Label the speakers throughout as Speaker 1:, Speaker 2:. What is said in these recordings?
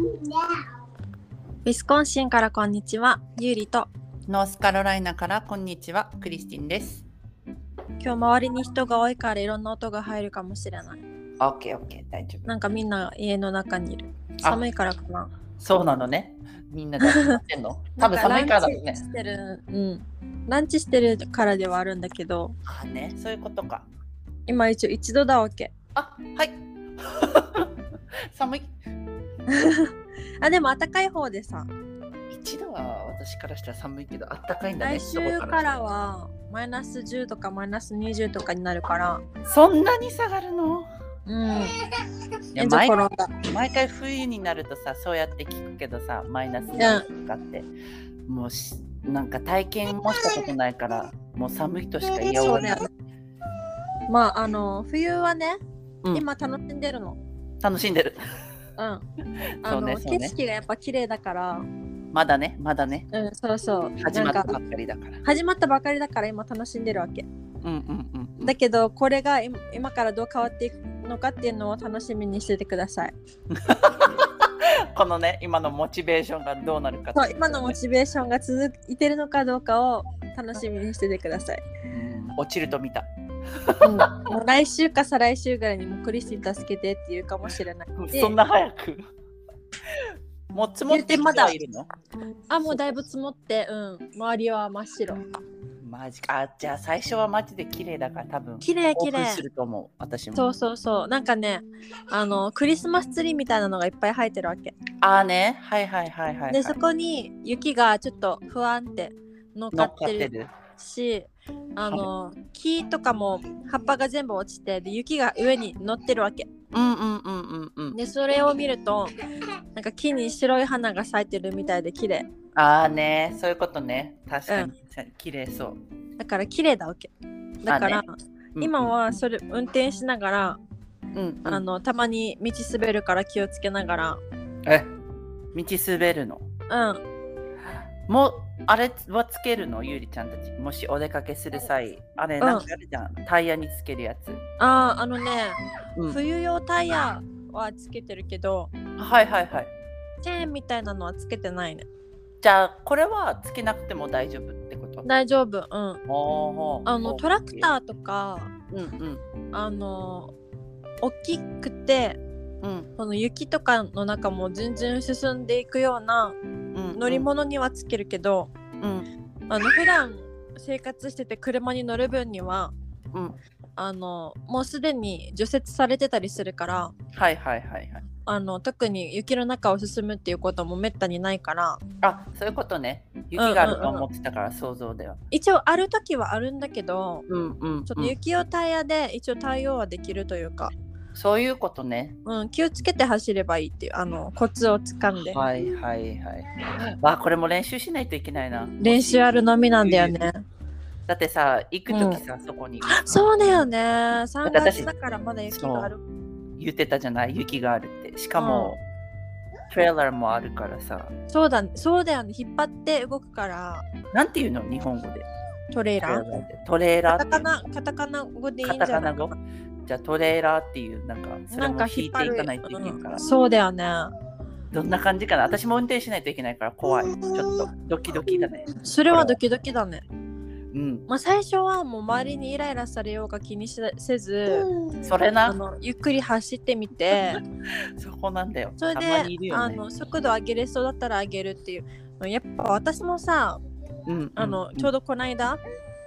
Speaker 1: ウィスコンシンからこんにちは、ゆうりと。
Speaker 2: ノースカロライナからこんにちは、クリスティンです。
Speaker 1: 今日周りに人が多いからいろんな音が入るかもしれない。
Speaker 2: オッケーオッケー、大丈夫。
Speaker 1: なんかみんな家の中にいる。
Speaker 2: あ
Speaker 1: 寒いからかな。
Speaker 2: そうなのね。みんなで集まってん の多分寒いからだろう
Speaker 1: なんラン
Speaker 2: ね
Speaker 1: チ。してる、うん。ランチしてるからではあるんだけど、
Speaker 2: あね、そういうことか。
Speaker 1: 今一応一度だわけ。
Speaker 2: あ、はい。 寒い。
Speaker 1: あ、でも暖かい方でさ、
Speaker 2: 一度は私からしたら寒いけど、あったかいんだね。
Speaker 1: 来週からはマイナス10とかマイナス20とかになるから、
Speaker 2: そんなに下がるの
Speaker 1: うん。
Speaker 2: いや
Speaker 1: エンジ
Speaker 2: 毎
Speaker 1: 転ん
Speaker 2: 回
Speaker 1: だ。
Speaker 2: 毎回冬になるとさ、そうやって聞くけどさ、マイナス何とかって、もうしなんか体験もしたことないから、もう寒いとしか言いよう
Speaker 1: そう
Speaker 2: がな
Speaker 1: だよ
Speaker 2: い。
Speaker 1: ね。まああの冬はね、
Speaker 2: うん
Speaker 1: 今楽しんでるの。
Speaker 2: 楽しんでる。
Speaker 1: うん。あ
Speaker 2: そ
Speaker 1: の、
Speaker 2: うねそうね
Speaker 1: 景色がやっぱ綺麗だから、
Speaker 2: まだね、まだね。
Speaker 1: うん、そうそう。
Speaker 2: 始まった
Speaker 1: な
Speaker 2: ば
Speaker 1: んか
Speaker 2: っかりだから。
Speaker 1: 始まったばかりだから今楽しんでるわけ。
Speaker 2: うんうんうん。
Speaker 1: だけどこれが今今からどう変わっていくのかっていうのを楽しみにしててください。
Speaker 2: このね、今のモチベーションがどうなるかってい
Speaker 1: そう今のモチベーションが続いてるのかどうかを楽しみにしててください。
Speaker 2: うん落ちると見た。
Speaker 1: うん、もう来週か再来週ぐらいにもうクリスティン助けてって言うかもしれないので
Speaker 2: そんな早く。もう積もってきてはいるの
Speaker 1: あもうだいぶ積もって、うん、周りは真っ白。
Speaker 2: マジか。あじゃあ最初はマジで綺麗だから多分。
Speaker 1: 綺麗
Speaker 2: 興
Speaker 1: 綺
Speaker 2: 奮す
Speaker 1: 麗
Speaker 2: ると思う、私も。
Speaker 1: そうそうそうなんかねあのクリスマスツリーみたいなのがいっぱい生えてるわけ
Speaker 2: ああね、はいはいはいはい、はい。
Speaker 1: でそこに雪がちょっと不安って乗っか
Speaker 2: 乗っ
Speaker 1: っ
Speaker 2: かってて
Speaker 1: る
Speaker 2: る。
Speaker 1: しあの木とかも葉っぱが全部落ちてで雪が上に乗ってるわけ
Speaker 2: うんうんうんうんうん。
Speaker 1: でそれを見るとなんか木に白い花が咲いてるみたいで綺麗
Speaker 2: ああね、そういうことね。確かに、綺麗そう。
Speaker 1: だから綺麗だわけだから、
Speaker 2: あうん
Speaker 1: 今、はそれ運転しながら
Speaker 2: うんうん、
Speaker 1: あのたまに道滑るから気をつけなが
Speaker 2: え、道滑るの。
Speaker 1: らうん
Speaker 2: もうあれはつけるのゆりちゃんたちもしお出かけする際あれ
Speaker 1: うん
Speaker 2: なんかあるじゃん、タイヤにつけるやつ、
Speaker 1: あーあのね、
Speaker 2: うん
Speaker 1: 冬用タイヤはつけてるけど
Speaker 2: はいはいはい
Speaker 1: チェーンみたいなのはつけてないね
Speaker 2: じゃあこれはつけなくても大丈夫ってこと
Speaker 1: 大丈夫うん
Speaker 2: おー
Speaker 1: あのトラクターとか
Speaker 2: うんうん
Speaker 1: あの大きくて
Speaker 2: うん
Speaker 1: この雪とかの中も全然進んでいくような
Speaker 2: うん
Speaker 1: 乗り物にはつけるけど、
Speaker 2: うん
Speaker 1: あの普段生活してて車に乗る分には
Speaker 2: うん
Speaker 1: あのもうすでに除雪されてたりするから
Speaker 2: はいはいはいはい
Speaker 1: あの特に雪の中を進むっていうこともめったにないから、
Speaker 2: あそういうことね雪があると思ってたから想像では
Speaker 1: 一応ある時はあるんだけど
Speaker 2: うんうん
Speaker 1: ち
Speaker 2: う
Speaker 1: ょっと
Speaker 2: ん
Speaker 1: 雪用タイヤで一応対応はできるというか、
Speaker 2: そういうことね
Speaker 1: うん、気をつけて走ればいいっていうあのコツをつかんで
Speaker 2: はいはいはいわあこれも練習しないといけないな
Speaker 1: 練習あるのみなんだよね
Speaker 2: だってさ行く時さ、そ こに
Speaker 1: そうだよね3
Speaker 2: って私
Speaker 1: 月だからまだ雪がある
Speaker 2: 言ってたじゃない雪があるってしかも、トレーラーもあるからさ
Speaker 1: そうだねそうだよね引っ張って動くから
Speaker 2: なんていうの日本語で
Speaker 1: トレー
Speaker 2: トレー
Speaker 1: ラ
Speaker 2: ラ
Speaker 1: ー
Speaker 2: ーってトレーラーっ
Speaker 1: カタ
Speaker 2: て
Speaker 1: カナカタカナ語でいいんじ
Speaker 2: カタ
Speaker 1: ゃ
Speaker 2: カ
Speaker 1: な
Speaker 2: ナ
Speaker 1: い
Speaker 2: 語じゃあトレーラーっていうなんかそれ
Speaker 1: なん
Speaker 2: も
Speaker 1: か
Speaker 2: 引
Speaker 1: 引
Speaker 2: い
Speaker 1: っ張
Speaker 2: てい
Speaker 1: る
Speaker 2: かないといけないから、
Speaker 1: うんそうだよね
Speaker 2: どんな感じかな私も運転しないといけないから怖いちょっとドキドキだね
Speaker 1: それはドキドキだね
Speaker 2: うん
Speaker 1: まあ最初はもう周りにイライラされようが気にしせず、
Speaker 2: それ
Speaker 1: あ
Speaker 2: な
Speaker 1: のゆっくり走ってみ て
Speaker 2: そこなんだよ
Speaker 1: それで、
Speaker 2: たまにいるよ
Speaker 1: あ
Speaker 2: ね
Speaker 1: の速度上げれそうだったら上げるっていうやっぱ私もさ
Speaker 2: うん
Speaker 1: あの、
Speaker 2: うん
Speaker 1: ちょうどこの間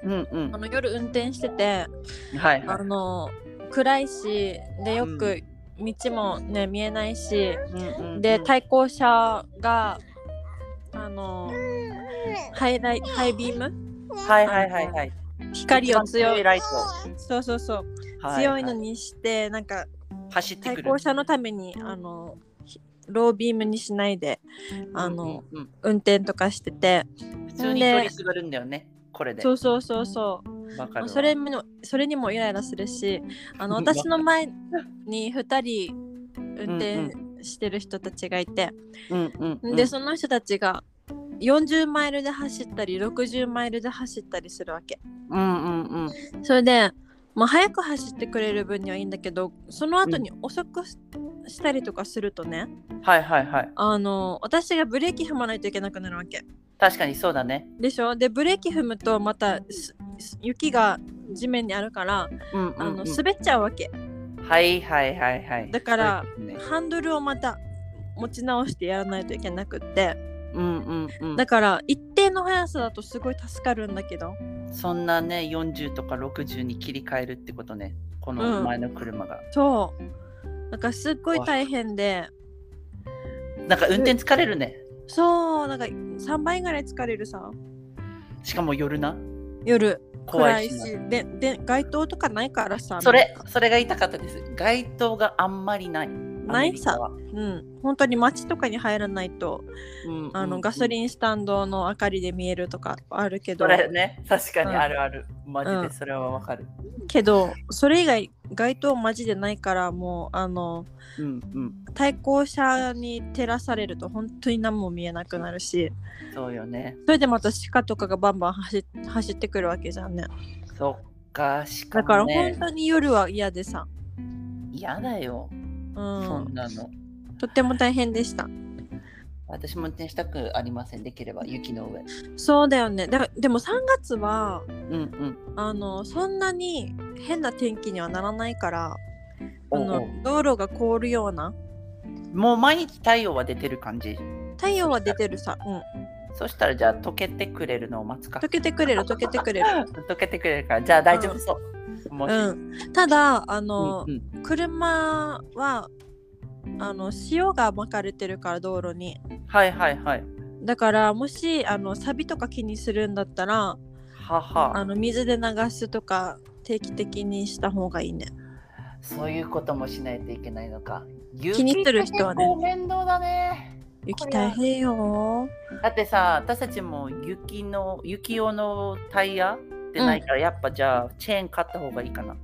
Speaker 2: うんうん
Speaker 1: あの夜運転してて
Speaker 2: はいは
Speaker 1: あ
Speaker 2: い
Speaker 1: の暗いしでよく道もね見えないし
Speaker 2: うんうん
Speaker 1: で
Speaker 2: うん
Speaker 1: 対向車があのハイライハイビーム
Speaker 2: はいはいはいはい
Speaker 1: 光を強
Speaker 2: い
Speaker 1: い
Speaker 2: ライト
Speaker 1: そうそうそう、
Speaker 2: はは
Speaker 1: 強いのにしてなんか
Speaker 2: 走ってく
Speaker 1: 対
Speaker 2: る
Speaker 1: 向車のためにあのひロービームにしないであの、
Speaker 2: うんうんうん
Speaker 1: 運転とかしてて
Speaker 2: 普通に
Speaker 1: で
Speaker 2: 取りすがるんだよねこれで
Speaker 1: そうそうそうそう
Speaker 2: わかるわ
Speaker 1: それもそれにもイライラするしあの
Speaker 2: わかる
Speaker 1: 私の前に2人運転してる人たちがいて、
Speaker 2: うんうんうん
Speaker 1: でその人たちが40マイルで走ったり60マイルで走ったりするわけ
Speaker 2: うんうんうん
Speaker 1: それでまあ、早く走ってくれる分にはいいんだけどその後に遅くししたりとかするとね
Speaker 2: はいはいはい。
Speaker 1: あの私がブレーキ踏まないといけなくなるわけ
Speaker 2: 確かにそうだね。
Speaker 1: でしょでブレーキ踏むとまたすす雪が地面にあるから
Speaker 2: うんうん、うん。
Speaker 1: あの滑っちゃうわけ
Speaker 2: はいはいはいはい。
Speaker 1: だから
Speaker 2: そうですね
Speaker 1: ハンドルをまた持ち直してやらないといけなくって
Speaker 2: うんうんうん。
Speaker 1: だから一定の速さだとすごい助かるんだけど
Speaker 2: そんなね40とか60に切り替えるってことねこ
Speaker 1: う
Speaker 2: の
Speaker 1: ん
Speaker 2: 前の車が、
Speaker 1: そうなんかすっごい大変で
Speaker 2: なんか運転疲れるね
Speaker 1: そうなんか3倍ぐらい疲れるさ
Speaker 2: しかも夜な
Speaker 1: 夜
Speaker 2: 怖
Speaker 1: 暗
Speaker 2: い
Speaker 1: い
Speaker 2: しな
Speaker 1: しでで街灯とかないからさ
Speaker 2: それ
Speaker 1: なんか
Speaker 2: それが痛かったです街灯があんまりない
Speaker 1: な
Speaker 2: アメ
Speaker 1: い
Speaker 2: リカ
Speaker 1: さ
Speaker 2: は
Speaker 1: うん本当に街とかに入らないと
Speaker 2: うんうん
Speaker 1: あのガソリンスタンドの明かりで見えるとかあるけ
Speaker 2: そ
Speaker 1: ど
Speaker 2: れね確かに
Speaker 1: うん
Speaker 2: あるある、マジ
Speaker 1: う
Speaker 2: で
Speaker 1: ん
Speaker 2: それはわかる
Speaker 1: けどそれ以外街灯マジでないからもうあの
Speaker 2: うんうん
Speaker 1: 対向車に照らされると本当に何も見えなくなるし
Speaker 2: そうよね
Speaker 1: それでまた鹿とかがバンバン走っ走ってくるわけじゃんね
Speaker 2: そっかしか
Speaker 1: だから
Speaker 2: も
Speaker 1: 本
Speaker 2: ね
Speaker 1: 当に夜は嫌でさ、
Speaker 2: 嫌だよ、
Speaker 1: う
Speaker 2: そ
Speaker 1: ん
Speaker 2: ん、なの
Speaker 1: とっても大変でした
Speaker 2: 私も運転したくありませんできれば雪の上
Speaker 1: そうだよねだでも3月は
Speaker 2: うんうん
Speaker 1: あのそんなに変な天気にはならないからあ
Speaker 2: おうお
Speaker 1: の
Speaker 2: う
Speaker 1: 道路が凍るような
Speaker 2: もう毎日太陽は出てる感じ
Speaker 1: 太陽は出てるさ、うん、
Speaker 2: そしたらじゃあ溶けてくれるのを待つか。
Speaker 1: 溶けてくれる溶けてくれる、
Speaker 2: 溶けてくれるからじゃあ大丈夫そう。もし
Speaker 1: うん、ただあの、
Speaker 2: うんうん
Speaker 1: 車はあの塩がまかれてるから道路に
Speaker 2: はいはいはい。
Speaker 1: だからもしあのサビとか気にするんだったら
Speaker 2: は
Speaker 1: あ
Speaker 2: は。
Speaker 1: の水で流すとか定期的にした方がいいね
Speaker 2: そういうこともしないといけないのか。
Speaker 1: 気にする人はね
Speaker 2: 雪って結構面倒だね。
Speaker 1: 雪
Speaker 2: これ
Speaker 1: 大変よ
Speaker 2: だってさ、私たちも雪の雪用のタイヤってないから、やっぱじゃあチェーン買った方がいいかな。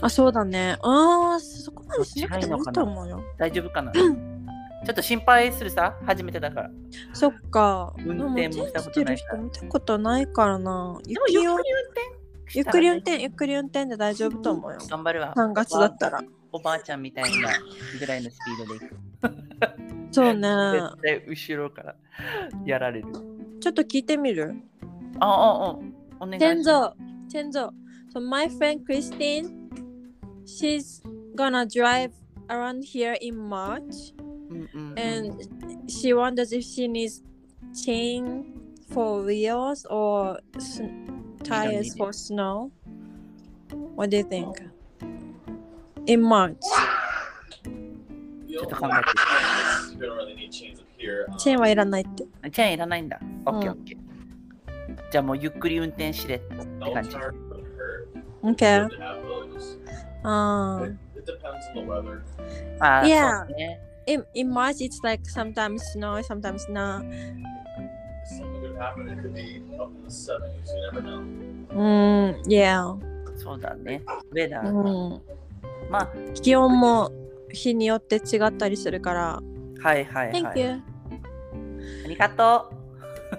Speaker 1: あそうだねあーそこまでしなくてもいいと思うよ
Speaker 2: 大丈夫かな。ちょっと心配するさ、初めてだから。
Speaker 1: そっかで
Speaker 2: 運
Speaker 1: も
Speaker 2: 転
Speaker 1: チェ
Speaker 2: も
Speaker 1: ーン
Speaker 2: したこ
Speaker 1: し
Speaker 2: と
Speaker 1: て
Speaker 2: ない
Speaker 1: る
Speaker 2: し
Speaker 1: 人見たことないからな
Speaker 2: でも
Speaker 1: 雪
Speaker 2: ゆっ
Speaker 1: を
Speaker 2: くり運転
Speaker 1: ゆ
Speaker 2: しらね
Speaker 1: ったくり運転ゆっくり運転で大丈夫と思うよ
Speaker 2: 頑張るわ。
Speaker 1: 3月だったら
Speaker 2: おばあちゃんみたいなぐらいのスピードで行く。
Speaker 1: そうね
Speaker 2: 絶対後ろからやられる。
Speaker 1: ちょっと聞いてみる
Speaker 2: あああお願いします。
Speaker 1: Tenzo, Tenzo. So my friend Christine, she's gonna drive around here in March,
Speaker 2: うんうんうん、
Speaker 1: and she wonders if she needs chain for wheels or s- tires
Speaker 2: need
Speaker 1: for snow. What do you think? In March,
Speaker 3: ち
Speaker 2: ょ
Speaker 3: ょ
Speaker 2: っ
Speaker 3: っ
Speaker 2: と
Speaker 3: と
Speaker 2: 考
Speaker 3: 考
Speaker 2: えて
Speaker 3: えて。
Speaker 1: チェーンはいらないって。
Speaker 2: チェーンいらないんだ。オッケーオ
Speaker 1: う
Speaker 2: ッケー。じゃあもうゆっくり運転しれって感じ。
Speaker 1: Okay. Uh,
Speaker 3: Okay.
Speaker 2: ああ、
Speaker 1: Yeah.
Speaker 2: そうね。
Speaker 1: in, in March, it's like sometimes snow, sometimes not. Mm, yeah. Mm.
Speaker 2: そうだね。ウェダーが、
Speaker 1: うん
Speaker 2: まあ、
Speaker 1: 気温も日によって違ったりするから。
Speaker 2: はいはいは
Speaker 1: Thank
Speaker 2: い。
Speaker 1: you.
Speaker 2: ありがと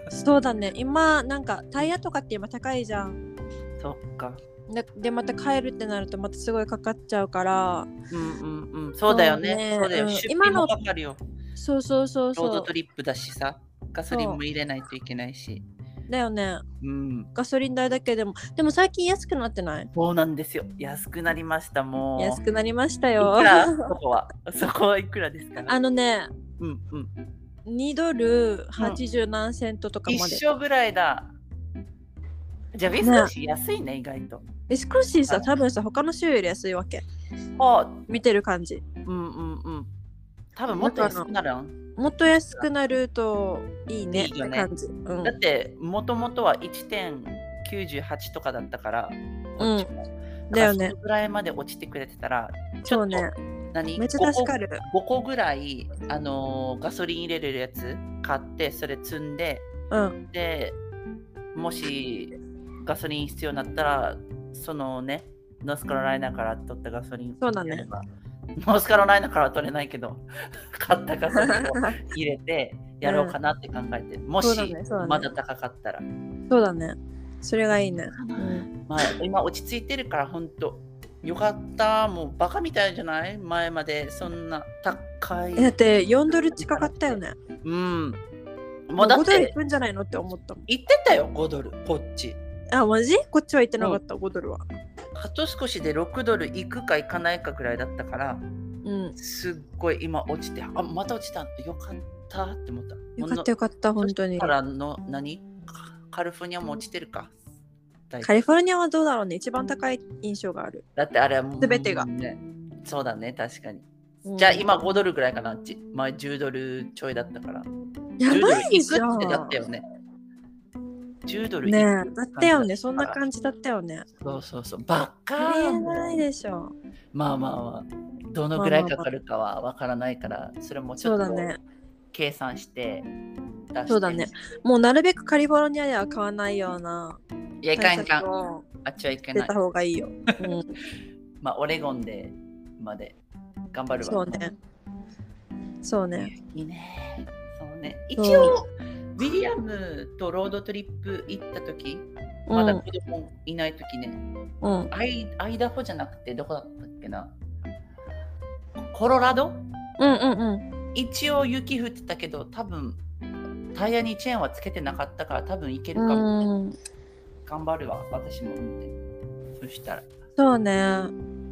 Speaker 1: そうだね。今、なんかタイヤとかって今高いじゃん。
Speaker 2: う。そっか。
Speaker 1: で、でまた帰るってなるとまたすごいかかっちゃうから。
Speaker 2: うんうんうん。そうだよね。
Speaker 1: そ
Speaker 2: そ
Speaker 1: うね
Speaker 2: うだよ。
Speaker 1: うん
Speaker 2: 出
Speaker 1: 今
Speaker 2: 費
Speaker 1: の
Speaker 2: もかかるよ。
Speaker 1: そうそうそう
Speaker 2: ロー
Speaker 1: そ
Speaker 2: ド
Speaker 1: う
Speaker 2: ト。リップだしさ。ガソリンも入れないといけないし。
Speaker 1: だよね。
Speaker 2: うん。
Speaker 1: ガソリン代だけでも。でも最近安くなってない
Speaker 2: そうなんですよ。安くなりました。もう。
Speaker 1: 安くなりました
Speaker 2: い
Speaker 1: よ
Speaker 2: く。らそこは。そこはいくらですか
Speaker 1: あのね、
Speaker 2: うんうん。
Speaker 1: 2ドル80何セントとかまで。
Speaker 2: 一緒ぐらいだ。じゃあ、ウィスカシー安いね、意外と。
Speaker 1: え少し
Speaker 2: あ
Speaker 1: さ、多分さ、他の州より安いわけ。
Speaker 2: あ、
Speaker 1: 見てる感じ。
Speaker 2: うんうんうん。多分もっと安くなるん。
Speaker 1: もっと安くなるといい
Speaker 2: い
Speaker 1: ね
Speaker 2: いよ
Speaker 1: って
Speaker 2: ね
Speaker 1: 感じ。うん
Speaker 2: だって、もともとは1.98とかだったから、こっちも
Speaker 1: だよね
Speaker 2: そのぐらいまで落ちてくれてたら、ち
Speaker 1: そ
Speaker 2: ょ
Speaker 1: う
Speaker 2: っと、
Speaker 1: ね。
Speaker 2: 何
Speaker 1: めっちゃ助かる。
Speaker 2: 5個ぐらい、あのーガソリン入れるやつ買って、それ積んで、
Speaker 1: うん。
Speaker 2: でもしガソリン必要になったらそのねノースカロライナから取ったガソリン
Speaker 1: そうだね
Speaker 2: ノースカロライナからは取れないけど 買ったガソリンを入れてやろうかなって考えて、も
Speaker 1: そう
Speaker 2: し
Speaker 1: だねそうだね
Speaker 2: まだ高かったら
Speaker 1: そうだね。それがいいね。うん
Speaker 2: まあ、今落ち着いてるから本当よかったもうバカみたいじゃない前までそんな高い
Speaker 1: えだって4ドル近かったよね。
Speaker 2: うんも
Speaker 1: も
Speaker 2: う
Speaker 1: う
Speaker 2: だ
Speaker 1: 5
Speaker 2: っ
Speaker 1: ドルい
Speaker 2: て
Speaker 1: くんじゃないのって思ったもん。
Speaker 2: 言ってたよ5ドルこっち
Speaker 1: あ、マジこっちは行ってなかった、5ドルは。
Speaker 2: あと少しで6ドル行くか行かないかぐらいだったから
Speaker 1: うん。
Speaker 2: すっごい今落ちてあまた落ちたよかったって思った
Speaker 1: よかったよかった、本当に。
Speaker 2: か
Speaker 1: カ
Speaker 2: らの何カカリフォルニアも落ちてるかだい
Speaker 1: リフォルニアはどうだろうね一番高い印象がある。
Speaker 2: だってあれはもう
Speaker 1: 全てが
Speaker 2: ねそうだね確かにじゃあ今5ドルぐらいかなあっち前10ドルちょいだったから
Speaker 1: うん。やばいじゃ
Speaker 2: 10ドルいくってだ
Speaker 1: ん。
Speaker 2: った
Speaker 1: ね
Speaker 2: よね。10ドルいく
Speaker 1: え、だったよね。そんな感じだったよね。
Speaker 2: そうそうそう。バ
Speaker 1: あ
Speaker 2: カ
Speaker 1: りえないでしょ。
Speaker 2: まあまあまあ。どのぐらいかかるかはわからないから、それもち
Speaker 1: そ
Speaker 2: ょ
Speaker 1: う
Speaker 2: っ
Speaker 1: だ
Speaker 2: と
Speaker 1: ね。
Speaker 2: 計算して出して。
Speaker 1: そうだね。もうなるべくカリフォルニアでは買わないようない
Speaker 2: や、いかんいかん。
Speaker 1: を
Speaker 2: あっちはいけ
Speaker 1: 出
Speaker 2: ない
Speaker 1: た。方がいいよ。うん
Speaker 2: まあ、オレゴンでまで頑張るわ。
Speaker 1: そうね。そうね。
Speaker 2: いいね。そうね。
Speaker 1: そう
Speaker 2: 一応、ウィリアムとロードトリップ行った時
Speaker 1: うん
Speaker 2: まだ子供いない時ね、
Speaker 1: うん。
Speaker 2: アイアイダホじゃなくてどこだったっけなコロラド
Speaker 1: うんうんうん。
Speaker 2: 一応雪降ってたけど多分タイヤにチェーンはつけてなかったから多分いけるかも、
Speaker 1: うん。
Speaker 2: 頑張るわ私も運転そしたら
Speaker 1: そうね。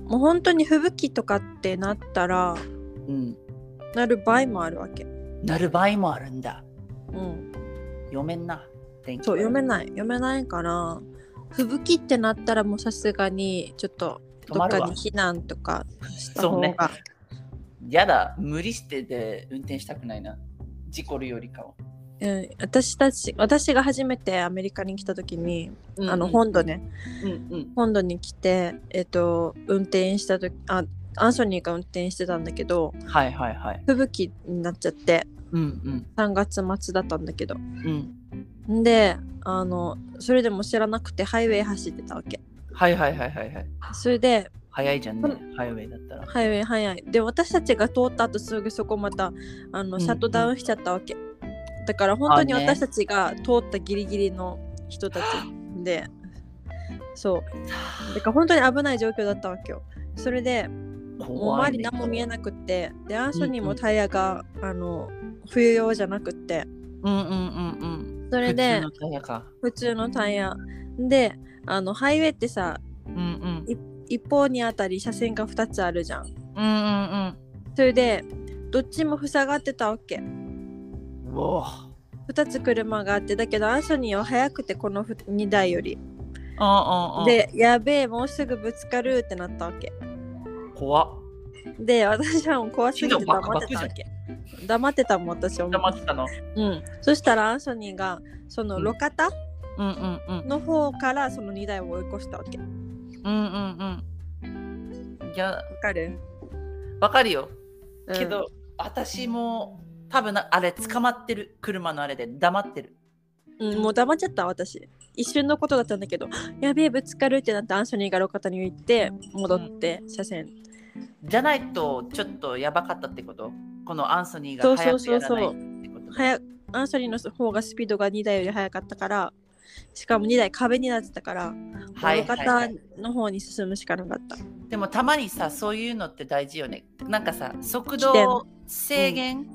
Speaker 1: もう本当に吹雪とかってなったら、
Speaker 2: うん
Speaker 1: なる場合もあるわけ。
Speaker 2: なる場合もあるんだ
Speaker 1: うん。
Speaker 2: 読めんな天気
Speaker 1: そう、読め
Speaker 2: い
Speaker 1: ない。読めないから、吹雪ってなったらもうさすがに、ちょっと、
Speaker 2: 止
Speaker 1: ど
Speaker 2: ま
Speaker 1: っ
Speaker 2: る
Speaker 1: か
Speaker 2: わ
Speaker 1: に避難とかした
Speaker 2: そ
Speaker 1: 方
Speaker 2: うね
Speaker 1: が。
Speaker 2: やだ無理してで運転したくないな事故るよりかは、
Speaker 1: うん、私たち私が初めてアメリカに来た時に、あの
Speaker 2: 本
Speaker 1: 本土ね
Speaker 2: うんうん
Speaker 1: 本土に来て、えっと運転した時あアンソニーが運転してたんだけど
Speaker 2: はいはいはい
Speaker 1: 吹雪になっちゃって
Speaker 2: うん
Speaker 1: 3月末だったんだけど
Speaker 2: うんうん
Speaker 1: んであのそれでも知らなくてハイウェイ走ってたわけ
Speaker 2: はいはいはいはいはい
Speaker 1: それで
Speaker 2: 早いじゃん
Speaker 1: う
Speaker 2: ねハイウェイだったら
Speaker 1: ハイウェイ早いで私たちが通った後すぐそこまたあ
Speaker 2: う
Speaker 1: の
Speaker 2: ん
Speaker 1: シャットダウンしちゃったわけ、だから本当に
Speaker 2: あね
Speaker 1: 私たちが通ったギリギリの人たちでそうだから本当に危ない状況だったわけよ。それで、もう
Speaker 2: 怖
Speaker 1: 周
Speaker 2: い
Speaker 1: り
Speaker 2: ね
Speaker 1: 何も見えなくって、で、アンソニー
Speaker 2: うんう
Speaker 1: も
Speaker 2: ん
Speaker 1: タイヤが、あの、冬用じゃなくって、
Speaker 2: うんうんうんうん
Speaker 1: それで
Speaker 2: 普通のタイヤか
Speaker 1: 普通のタイヤ。で、あの、ハイウェイってさ、
Speaker 2: うんうん
Speaker 1: 一方にあたり車線が2つあるじゃん。
Speaker 2: うんうん
Speaker 1: それで、どっちも塞がってたわけ。
Speaker 2: うん。うおー
Speaker 1: 2つ車があって、だけどアンソニーは速くて、この2台より。
Speaker 2: うんうんうん。、
Speaker 1: で、やべえ、もうすぐぶつかるってなったわけ。
Speaker 2: 怖っ。
Speaker 1: で、私はもう怖すぎて黙ってたわけ。黙ってたもん、私はもう
Speaker 2: 黙ってたの。
Speaker 1: うん、そしたらアンソニーがその
Speaker 2: うん
Speaker 1: 路肩
Speaker 2: うんうんうん。
Speaker 1: の方からその2台を追い越したわけ。わ
Speaker 2: うんうんうん。いや、
Speaker 1: かる、
Speaker 2: わかるよ。
Speaker 1: うん
Speaker 2: けど、私も多分なあれ捕まってる。車のあれで黙ってる。
Speaker 1: うん、もう黙っちゃった私。一瞬のことだったんだけど、やべえぶつかるってなってアンソニーが路肩に行って戻って車線。
Speaker 2: じゃないと、ちょっとやばかったってことこのアンソニーが
Speaker 1: そうそ
Speaker 2: 早
Speaker 1: う
Speaker 2: く
Speaker 1: そう
Speaker 2: や
Speaker 1: そ
Speaker 2: ら
Speaker 1: う
Speaker 2: ないってことね。
Speaker 1: 早アンソニーの方がスピードが2台より速かったから、しかも2台壁になってたから、
Speaker 2: はい
Speaker 1: 路
Speaker 2: はいは
Speaker 1: 肩
Speaker 2: い。
Speaker 1: の方に進むしかなかった。
Speaker 2: でもたまにさ、そういうのって大事よね。なんかさ、速
Speaker 1: 起点
Speaker 2: 度制限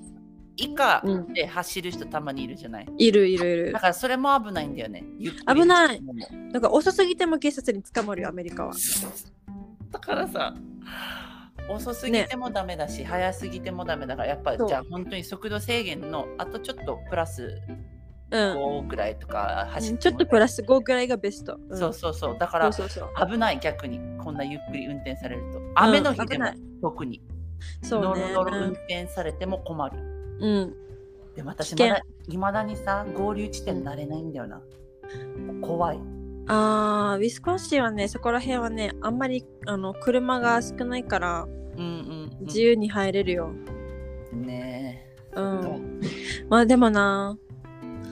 Speaker 2: 以下
Speaker 1: うん
Speaker 2: で走る人たまにいるじゃない。
Speaker 1: いるいるいる
Speaker 2: だ。からそれも危ないんだよね。ゆっくり
Speaker 1: 危ない
Speaker 2: 走るのも
Speaker 1: だから遅すぎても警察に捕まるよ、アメリカは。
Speaker 2: だからさ、遅すぎてもダメだし、早すぎてもダメだから、やっぱ
Speaker 1: そう
Speaker 2: じゃあ本当に速度制限のあとちょっとプラス
Speaker 1: うん。
Speaker 2: 5ぐらいとか走
Speaker 1: う
Speaker 2: っ
Speaker 1: ん
Speaker 2: て
Speaker 1: ちょ
Speaker 2: も
Speaker 1: っとプラス5ぐらいがベスト。ん
Speaker 2: そうそうそう。だから
Speaker 1: そうそうそう。
Speaker 2: 危ない逆にこんなゆっくり運転されると。雨の日
Speaker 1: 危
Speaker 2: でも
Speaker 1: ない
Speaker 2: 特に、
Speaker 1: そ
Speaker 2: ノ
Speaker 1: うね。
Speaker 2: ロノロ運転されても困る。
Speaker 1: うん。
Speaker 2: でも私
Speaker 1: 危
Speaker 2: ま
Speaker 1: 険
Speaker 2: だいまだにさ合流地点になれないんだよな。怖い。
Speaker 1: あーウィスコンシンはねそこら辺はねあんまりあの車が少ないから
Speaker 2: うんうん、うん。
Speaker 1: 自由に入れるよ。
Speaker 2: ね
Speaker 1: うん。
Speaker 2: え。
Speaker 1: まあでもな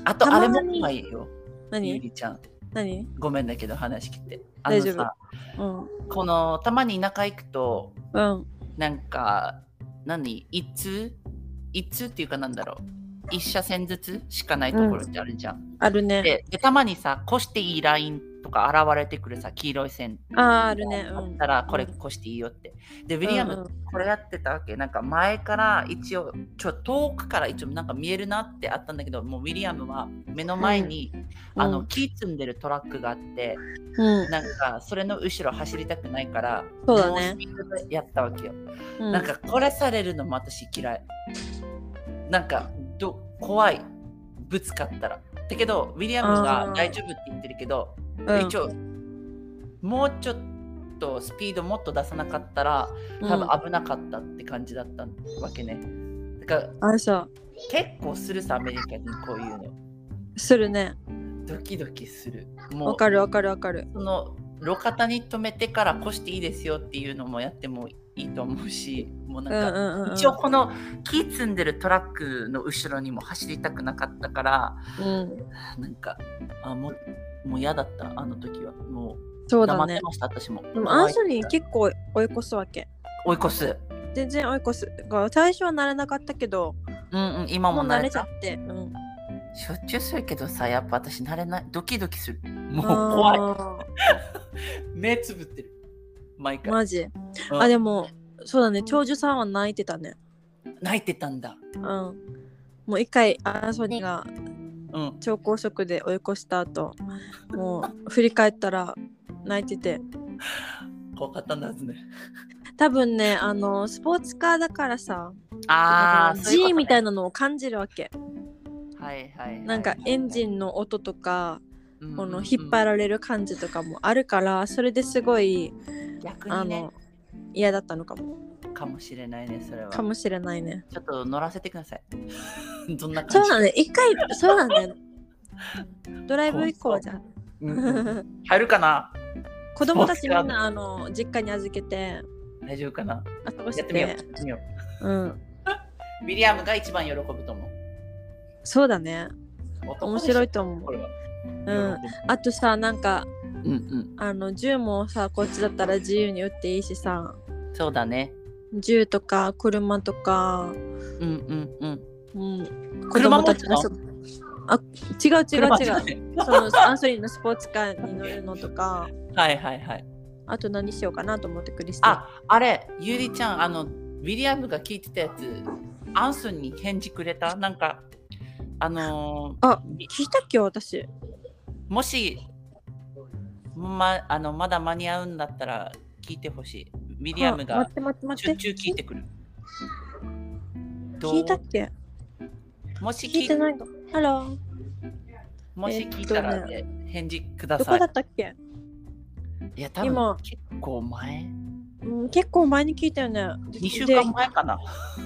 Speaker 2: あと
Speaker 1: た
Speaker 2: あ
Speaker 1: ま
Speaker 2: れ
Speaker 1: に
Speaker 2: も怖いよ。ゆ
Speaker 1: 何
Speaker 2: りちゃん。
Speaker 1: 何
Speaker 2: ごめんだけど話聞いて。あの
Speaker 1: 大丈夫
Speaker 2: さ
Speaker 1: うん
Speaker 2: このたまに田舎行くと
Speaker 1: うん
Speaker 2: なんか何いついつっていうかなんだろう一車線ずつしかないところってあるじゃん。
Speaker 1: あるね。
Speaker 2: ででたまにさ越していいラインとか現れてくるさ黄色い線
Speaker 1: ああ、あるね。う
Speaker 2: あっ
Speaker 1: ん。
Speaker 2: たらこれ越していいよって。でウィリアムこれやってたわけなんか前から一応ちょ遠くから一応なんか見えるなってあったんだけどもうウィリアムは目の前に、あの木積んでるトラックがあって、
Speaker 1: うん、
Speaker 2: なんかそれの後ろ走りたくないから
Speaker 1: そうだね
Speaker 2: ノースピードでやったわけよ。
Speaker 1: うん。
Speaker 2: なんかこれされるのも私嫌い。なんかど怖いぶつかったら。だけどウィリアム
Speaker 1: あ
Speaker 2: が
Speaker 1: ー
Speaker 2: 大丈夫って言ってるけど、
Speaker 1: うん、
Speaker 2: 一応もうちょっとスピードもっと出さなかったら多分危なかったって感じだったわけね。だから
Speaker 1: うん、あれさ、
Speaker 2: 結構するさアメリカにこういうの。
Speaker 1: するね。
Speaker 2: ドキドキする。も
Speaker 1: わ
Speaker 2: う
Speaker 1: かるわかるわかる。
Speaker 2: その路肩に止めてから越していいですよっていうのもやってもいいと思うしもう
Speaker 1: う
Speaker 2: なん
Speaker 1: ん
Speaker 2: か、
Speaker 1: うんうん。
Speaker 2: 一応この木積んでるトラックの後ろにも走りたくなかったから
Speaker 1: うん、
Speaker 2: なんかあもうもう嫌だったあの時はも
Speaker 1: そうう
Speaker 2: 黙
Speaker 1: だ
Speaker 2: って
Speaker 1: ね。
Speaker 2: ました、私も
Speaker 1: でもアンソニー結構追い越すわけ。
Speaker 2: 追い越す
Speaker 1: 全然追い越す。だから最初は慣れなかったけど、
Speaker 2: うんうん今
Speaker 1: も
Speaker 2: も
Speaker 1: う
Speaker 2: 慣
Speaker 1: 慣
Speaker 2: れ
Speaker 1: れちゃ
Speaker 2: た
Speaker 1: って。うん、
Speaker 2: しょっちゅうするけどさやっぱ私慣れないドキドキするもう 怖い
Speaker 1: い。
Speaker 2: 目つぶってる毎回、
Speaker 1: マジ。
Speaker 2: うん
Speaker 1: あ、でも、そうだね。長寿さんは泣いてたね。
Speaker 2: 泣いてたんだ
Speaker 1: うん。もう一回アンソニーが
Speaker 2: うん
Speaker 1: 超高速で追い越した後、もう振り返ったら泣いてて。
Speaker 2: 怖かったんだはずね
Speaker 1: 多分ね、あの、スポーツカーだからさ、
Speaker 2: ああ
Speaker 1: G みた
Speaker 2: い
Speaker 1: いなのを感じるわけ。
Speaker 2: はいはいはい
Speaker 1: なんかエンジンの音とか、この引っ張
Speaker 2: る
Speaker 1: られる感じとかもあるから、それですごい、
Speaker 2: 逆
Speaker 1: あ
Speaker 2: にね
Speaker 1: の、嫌だったのかも。
Speaker 2: かもしれないねそれは
Speaker 1: かもしれないね。
Speaker 2: ちょっと乗らせてください。 どんな
Speaker 1: そ
Speaker 2: 感
Speaker 1: う
Speaker 2: じ
Speaker 1: だね。一回、そうだ ね。ドライブ行こうじゃん。
Speaker 2: うん うん入るかな
Speaker 1: 子供たちみ
Speaker 2: そうだ
Speaker 1: ん
Speaker 2: ね
Speaker 1: な、あの、実家に預けて、
Speaker 2: 大丈夫かな
Speaker 1: 遊ば
Speaker 2: や
Speaker 1: せ
Speaker 2: ってみよう。や
Speaker 1: て
Speaker 2: っ。てみよ
Speaker 1: うん。
Speaker 2: う。ウィリアムが一番喜ぶと思う。
Speaker 1: そうだね。
Speaker 2: 男
Speaker 1: 面
Speaker 2: でしょ
Speaker 1: 白いと思
Speaker 2: こ
Speaker 1: う。
Speaker 2: れは。
Speaker 1: うん。
Speaker 2: 喜
Speaker 1: あとさ、なんか、
Speaker 2: ぶ。うん
Speaker 1: あの、銃もさ、こっちだったら自由に撃っていいしさ、
Speaker 2: うん。そうだね。
Speaker 1: 銃とか車とか、
Speaker 2: うんうんうん。
Speaker 1: うん。子
Speaker 2: 車
Speaker 1: 供
Speaker 2: も
Speaker 1: たちがそうあ、違う違う
Speaker 2: 車
Speaker 1: 違
Speaker 2: じゃ
Speaker 1: う
Speaker 2: な。い
Speaker 1: そのアンソニーのスポーツカーに乗るのとか、
Speaker 2: はいはいはい。
Speaker 1: あと何しようかなと思ってクリスティン
Speaker 2: あ、あれ、ゆりちゃん、あの、ウィリアムが聞いてたやつ、アンソンに返事くれたなんか、あのー
Speaker 1: あ聞いたっけ私。
Speaker 2: もし、ま、あのまだ間に合うんだったら聞いてほしい。ウィリアム
Speaker 1: あ
Speaker 2: が
Speaker 1: 待って待って
Speaker 2: し
Speaker 1: 待
Speaker 2: ょっ
Speaker 1: って。
Speaker 2: ちゅう聞いてくる。どう
Speaker 1: 聞いたっけ
Speaker 2: もし
Speaker 1: 聞
Speaker 2: 聞
Speaker 1: い
Speaker 2: い
Speaker 1: てないの。ハロー。
Speaker 2: もし聞いたら、ね返事くだ
Speaker 1: ど
Speaker 2: さ
Speaker 1: こ
Speaker 2: い
Speaker 1: だ。ったっけ、
Speaker 2: いや、多分
Speaker 1: 今
Speaker 2: 結構前。
Speaker 1: うん、結構前に聞いたよね。
Speaker 2: 2週間前かな。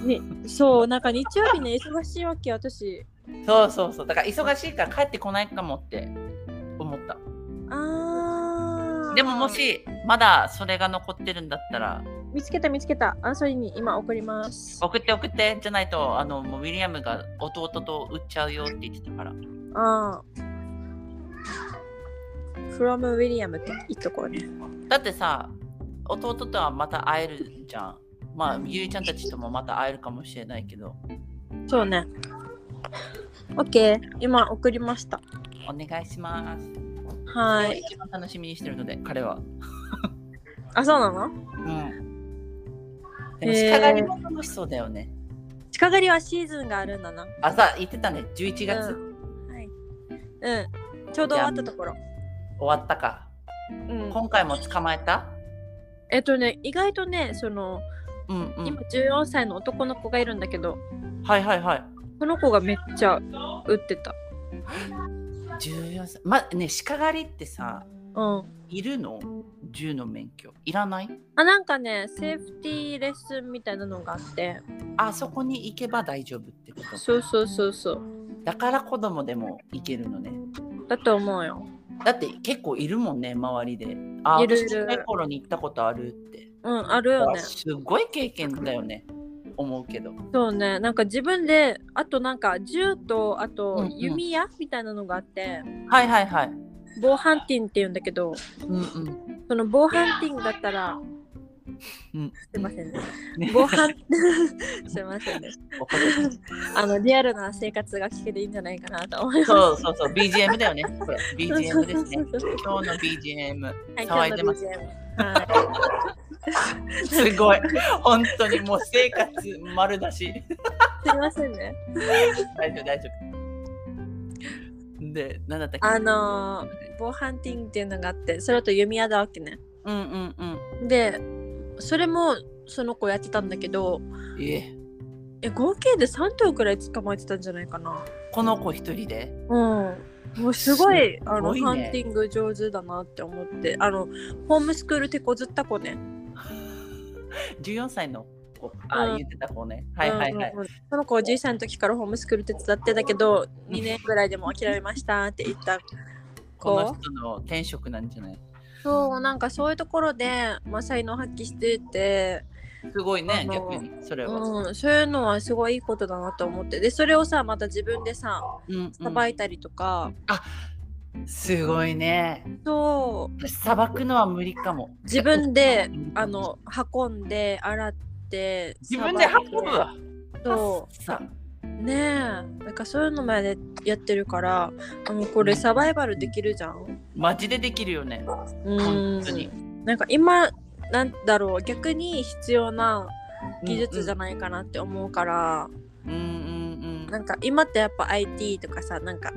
Speaker 1: でにそう、なんか日曜日ね、忙しいわけ、私。
Speaker 2: そうそうそう。だから忙しいから帰ってこないかもって思った。
Speaker 1: あー
Speaker 2: でもも。しまだそれが残ってるんだったら
Speaker 1: 見つけた見つけた。アンソニーに今送ります。
Speaker 2: 送って送ってじゃないとあのもうウィリアムが弟と売っちゃうよって言ってたから。
Speaker 1: あー。from William って言っとこうね。
Speaker 2: だってさ弟とはまた会えるじゃん。まあゆりちゃんたちともまた会えるかもしれないけど
Speaker 1: そうね。OK、今送りました。
Speaker 2: お願いします。
Speaker 1: は
Speaker 2: それ
Speaker 1: い
Speaker 2: を。一番楽しみにしてるので彼は。
Speaker 1: あ、そうな
Speaker 2: う
Speaker 1: の
Speaker 2: ん。でも
Speaker 1: へ
Speaker 2: 鹿
Speaker 1: ー
Speaker 2: 狩りも楽しそうだよね。
Speaker 1: 近狩りはシーズンがあるんだな。
Speaker 2: あさ言ってたね11月、
Speaker 1: うんはい。うん。ちょうど終わったところ。
Speaker 2: 終わったか。
Speaker 1: うん、
Speaker 2: 今回も捕まえた？
Speaker 1: えっとね、意外とね、その、
Speaker 2: うんう
Speaker 1: 今
Speaker 2: ん。
Speaker 1: 14歳の男の子がいるんだけど、
Speaker 2: はいはいはい。
Speaker 1: その子がめっちゃ売ってた。
Speaker 2: 14歳。まね鹿狩りってさ
Speaker 1: うん。
Speaker 2: いるの？銃の免許いらない？
Speaker 1: あ、なんかね、セーフティーレッスンみたいなのがあって、
Speaker 2: あそこに行けば大丈夫ってこと。
Speaker 1: そうそうそうそう。
Speaker 2: だから子供でも行けるのね。
Speaker 1: だと思うよ。
Speaker 2: だって結構いるもんね周りで。あ
Speaker 1: いるい
Speaker 2: 私小
Speaker 1: る
Speaker 2: さい頃に行ったことあるって。
Speaker 1: うん、あるよね。
Speaker 2: すごい経験だよね思うけど。
Speaker 1: そうね、なんか自分で、あとなんか銃と、あ
Speaker 2: うん
Speaker 1: と
Speaker 2: うん
Speaker 1: 弓矢みたいなのがあって、
Speaker 2: はいはいはい。
Speaker 1: 防犯ティンって言うんだけど、
Speaker 2: うんうん。
Speaker 1: その防犯ティンだったら
Speaker 2: うん
Speaker 1: すいませんね。
Speaker 2: ね
Speaker 1: ご飯 すいませんね。
Speaker 2: 怒る
Speaker 1: あのリアルな生活が聞けていいんじゃないかなと思い ます。
Speaker 2: そうそうそう、BGM だよね。これ BGM ですね。
Speaker 1: そうそうそう
Speaker 2: 今日の BGM。
Speaker 1: はい
Speaker 2: 騒いでます。
Speaker 1: 今日の BGM は
Speaker 2: すごい。本当にもう生活丸出し。
Speaker 1: い。すいませんね。
Speaker 2: 大丈夫、大丈夫。で、なんだったっけ
Speaker 1: あのー、防犯ティングっていうのがあって、それと弓矢だわけね。
Speaker 2: うんうん
Speaker 1: で、それもその子やってたんだけど、
Speaker 2: うん。いえ、
Speaker 1: え合計で3頭くらい捕まえてたんじゃないかな。
Speaker 2: この子一人で。
Speaker 1: うん。もうすごいあの
Speaker 2: す
Speaker 1: ハ
Speaker 2: ごい
Speaker 1: ン
Speaker 2: ね
Speaker 1: ティング上手だなって思ってあのホームスクール手こずった子ね
Speaker 2: 14歳の子。あ、
Speaker 1: うん
Speaker 2: 言ってた子ね。はいはいはい
Speaker 1: うん。うんうんその子11歳の時からホームスクール手伝ってたけど2年ぐらいでもう諦めましたって言った
Speaker 2: こ
Speaker 1: 子
Speaker 2: の人の転職なんじゃない
Speaker 1: そうなんかそういうところで、まあ、才能発揮してて、
Speaker 2: すごいね、
Speaker 1: あの
Speaker 2: 逆に。それは。
Speaker 1: うん、そういうのはすごいいいことだなと思ってでそれをさまた自分でさ
Speaker 2: うん
Speaker 1: さばいたりとか、
Speaker 2: うんすごいね。
Speaker 1: そう
Speaker 2: 私、さばくのは無理かも。
Speaker 1: 自分で
Speaker 2: うん
Speaker 1: あ、の運んで洗って
Speaker 2: 自分で
Speaker 1: さばいて
Speaker 2: 運ぶわ。
Speaker 1: そう
Speaker 2: さ
Speaker 1: ねえなんかそういうのまでやってるからあのこれサバイバルできるじゃん
Speaker 2: マジでできるよね。
Speaker 1: うん
Speaker 2: 本当に。
Speaker 1: なんか今なんだろう逆に必要な技術じゃ
Speaker 2: ん。
Speaker 1: ないかなって思うから、
Speaker 2: うんうんう。
Speaker 1: なんんか今ってやっぱ IT とかさなんか